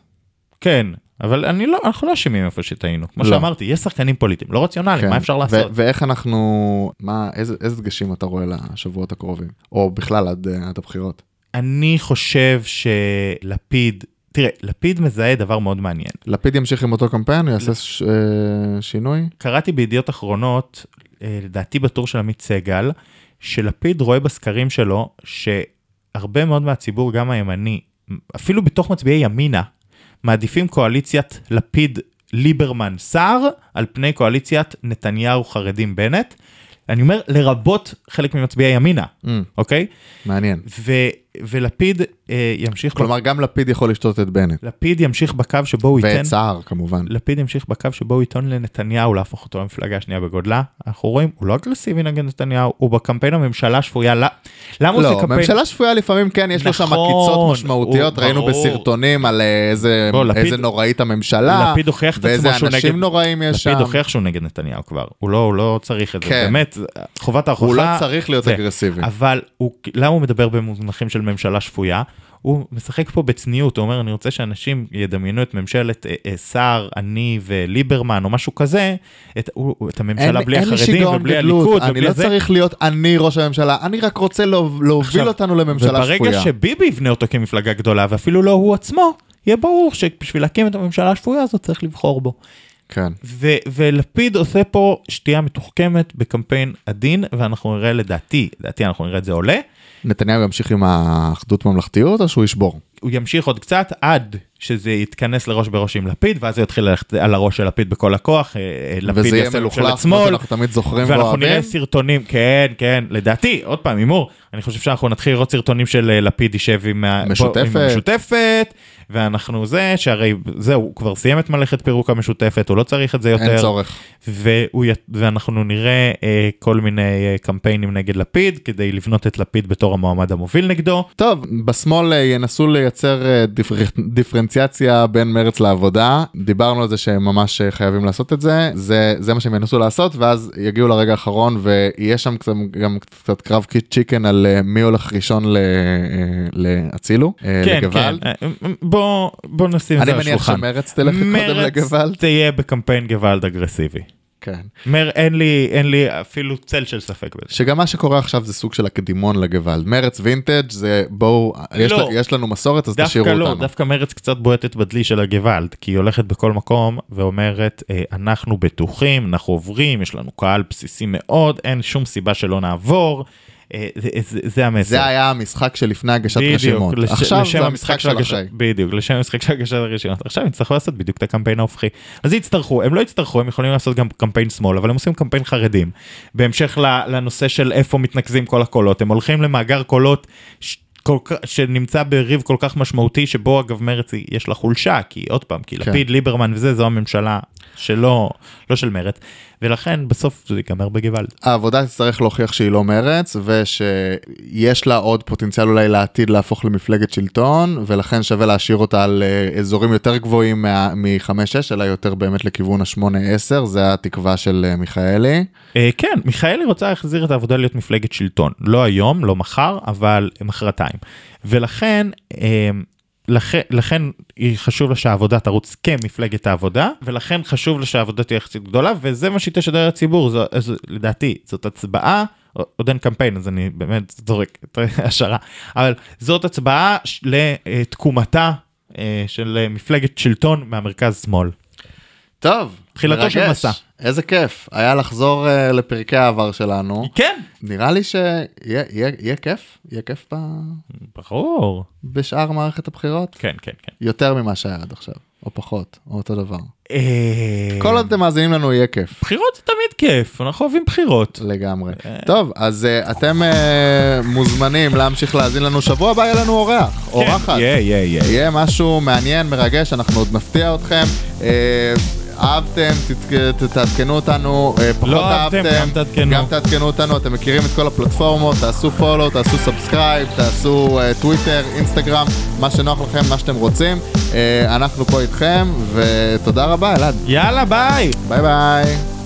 כן, אבל אני לא, אנחנו לא אשמים איפה שטעינו. כמו לא. שאמרתי, יש שחקנים פוליטיים, לא רציונליים, כן. מה אפשר ו- לעשות? ואיך אנחנו, מה, איזה איזה דגשים אתה רואה לשבועות הקרובים? או בכלל עד אה, עד הבחירות. אני חושב שלפיד, תראה, לפיד מזהה דבר מאוד מעניין. לפיד ימשיך עם אותו קמפיין, הוא יעשה ש- אה, שינוי? קראתי בידיעות אחרונות, אה, לדעתי בטור של עמית סגל, שלפיד רואה בסקרים שלו שהרבה מאוד מהציבור, גם הימני, אפילו בתוך מצביעי ימינה, מעדיפים קואליציית לפיד ליברמן סער על פני קואליציית נתניהו חרדים בנט. אני אומר לרבות חלק ממצביעי ימינה, Mm, אוקיי? מעניין. ו... ולפיד אה, ימשיך... כלומר, גם לפיד יכול לשתות את בנט. לפיד ימשיך בקו שבו הוא ייתן... ואת סער, כמובן. לפיד ימשיך בקו שבו הוא ייתן לנתניהו להפוך אותו למפלגה השנייה בגודלה. אנחנו רואים, הוא לא אגרסיבי נגד נתניהו, הוא בקמפיין הממשלה שפויה. ל- למה הוא עושה לא, קמפיין? ממשלה שפויה לפעמים כן, יש לו שם נכון, עקיצות משמעותיות, הוא- ראינו ברור. בסרטונים על אה, איזה בוא, לפיד- איזה נוראית הממשלה, לפיד הוכיח את עצמו ואיזה שהוא נגד... אנשים נוראים יש שם. לפיד הוכיח שהוא נגד נתניהו כבר. הוא לא, הוא לא צריך את זה. כן. באמת, חובת ההוכחה... הוא לא צריך להיות זה. אגרסיבי. אבל הוא, למה הוא מדבר במונחים של ממשלה שפויה? הוא משחק פה בצניעות, הוא אומר, אני רוצה שאנשים ידמיינו את ממשלת אה, אה, סער, אני וליברמן, או משהו כזה, את, הוא, הוא- את הממשלה אין- בלי אין לי החרדים שיגעון ובלי גדלות, הליכוד אני ובלי לא זה. צריך להיות אני ראש הממשלה, אני רק רוצה להוב- להוביל עכשיו, אותנו לממשלה וברגע שפויה. שביבי יבנה אותו כמפלגה גדולה, ואפילו לא הוא עצמו, יהיה ברור שבשביל להקים את הממשלה השפויה הזאת צריך לבחור בו. כן. ו- ולפיד עושה פה שתייה מתוחכמת בקמפיין עדין, ואנחנו נראה לדעתי, לדעתי אנחנו נראה את זה עולה, נתניהו ימשיך עם האחדות ממלכתיות או שהוא ישבור? הוא ימשיך עוד קצת עד שזה יתכנס לראש בראש עם לפיד, ואז הוא יתחיל ללכת על הראש של לפיד בכל הכוח, אה, אה, לפיד וזה יהיה יעשה ממשלת מלוכלך, כמו שמאל, שאנחנו תמיד זוכרים ואנחנו נראה ואוהבים. סרטונים, כן, כן, לדעתי, עוד פעם, הימור, אני חושב שאנחנו נתחיל לראות סרטונים של אה, לפיד יישב עם ה- עם משותפת. המשותפת, ואנחנו זה, שהרי זהו, הוא כבר סיים את מלאכת פירוק המשותפת, הוא לא צריך את זה יותר. אין צורך. והוא, י- ואנחנו נראה אה, כל מיני אה, קמפיינים נגד לפיד, כדי לבנות את לפיד בתור המועמד המוביל נגדו. טוב, בשמאל אה, ינסו לייצר אה, דיפר- דיפרנציאציה בין מרץ לעבודה. דיברנו על זה שהם ממש אה, חייבים לעשות את זה. זה, זה מה שהם ינסו לעשות, ואז יגיעו לרגע האחרון ויהיה שם קצת, גם קצת קרב קיט צ'יקן על אה, מי הולך ראשון ל- אה, לאצילו, אה, כן, כן, לגוואלד. אה, בוא, בוא נשים את זה אני על מניח השולחן. שמרץ תלך קודם לגוואלד. תהיה בקמפיין גוואלד אגרסיבי. כן. מר, אין לי, אין לי אפילו צל של ספק בזה. שגם מה שקורה עכשיו זה סוג של הקדימון לגוואלד. מרץ וינטג' זה בואו, יש, לא. ל- יש לנו מסורת אז דווקא תשאירו לא, אותנו. דווקא מרץ קצת בועטת בדלי של הגוואלד, כי היא הולכת בכל מקום ואומרת, אה, אנחנו בטוחים, אנחנו עוברים, יש לנו קהל בסיסי מאוד, אין שום סיבה שלא נעבור. אה, זה, זה, זה המסר. זה היה המשחק שלפני הגשת רשימות. כן. בדיוק, לש- עכשיו לשם זה המשחק של הגש- אחרי. בדיוק, לשם המשחק של הגשת הרשימות. עכשיו הם יצטרכו לעשות בדיוק את הקמפיין ההופכי. אז יצטרכו, הם לא יצטרכו, הם יכולים לעשות גם קמפיין שמאל, אבל הם עושים קמפיין חרדים. בהמשך ל- לנושא של איפה מתנקזים כל הקולות, הם הולכים למאגר קולות ש- כל כך- שנמצא בריב כל כך משמעותי, שבו אגב מרצ היא- יש לה חולשה, כי עוד פעם, כי כן. לפיד, ליברמן וזה, זו הממשלה שלא, לא של מרצ, ולכן בסוף זה ייגמר בגוואלד. העבודה תצטרך להוכיח שהיא לא מרץ, ושיש לה עוד פוטנציאל אולי לעתיד להפוך למפלגת שלטון, ולכן שווה להשאיר אותה על אה, אזורים יותר גבוהים מה- מ-5-6, אלא יותר באמת לכיוון ה-8-10, זה התקווה של אה, מיכאלי. אה, כן, מיכאלי רוצה להחזיר את העבודה להיות מפלגת שלטון. לא היום, לא מחר, אבל מחרתיים. ולכן, אה, לכן, לכן היא- חשוב לה שהעבודה תרוץ כמפלגת העבודה, ולכן חשוב לה שהעבודה תהיה יחסית גדולה, וזה מה שהיא תשדר לציבור, זו, זו, לדעתי, זאת הצבעה. עוד אין קמפיין אז אני באמת זורק את השערה אבל זאת הצבעה ש- לתקומתה אה, של אה, מפלגת שלטון מהמרכז שמאל. טוב, תחילתו של מרגש. מסע. איזה כיף, היה לחזור אה, לפרקי העבר שלנו. כן. נראה לי שיהיה יהיה- יהיה כיף, יהיה כיף ב- ברור. בשאר מערכת הבחירות. כן כן כן. יותר ממה שהיה עד עכשיו, או פחות, או אותו דבר. אה, כל עוד אתם מאזינים לנו יהיה כיף. בחירות זה תמיד כיף, אנחנו אוהבים בחירות. לגמרי. טוב, אז אה, אתם אה, מוזמנים להמשיך להאזין לנו. שבוע הבא יהיה לנו אורח, אורחת. יהיה, יהיה, יהיה. יהיה משהו מעניין, מרגש, אנחנו עוד נפתיע אתכם. אה, אהבתם, תת- ת- תעדכנו אותנו, אה, פחות לא אהבתם, אהבתם, גם תעדכנו. גם תעדכנו אותנו, אתם מכירים את כל הפלטפורמות, תעשו פולו, תעשו סאבסקרייב, תעשו אה, טוויטר, אינסטגרם, מה שנוח לכם, מה שאתם רוצים. אה, אנחנו פה איתכם, ותודה רבה, אלעד. יאללה, ביי! ביי ביי.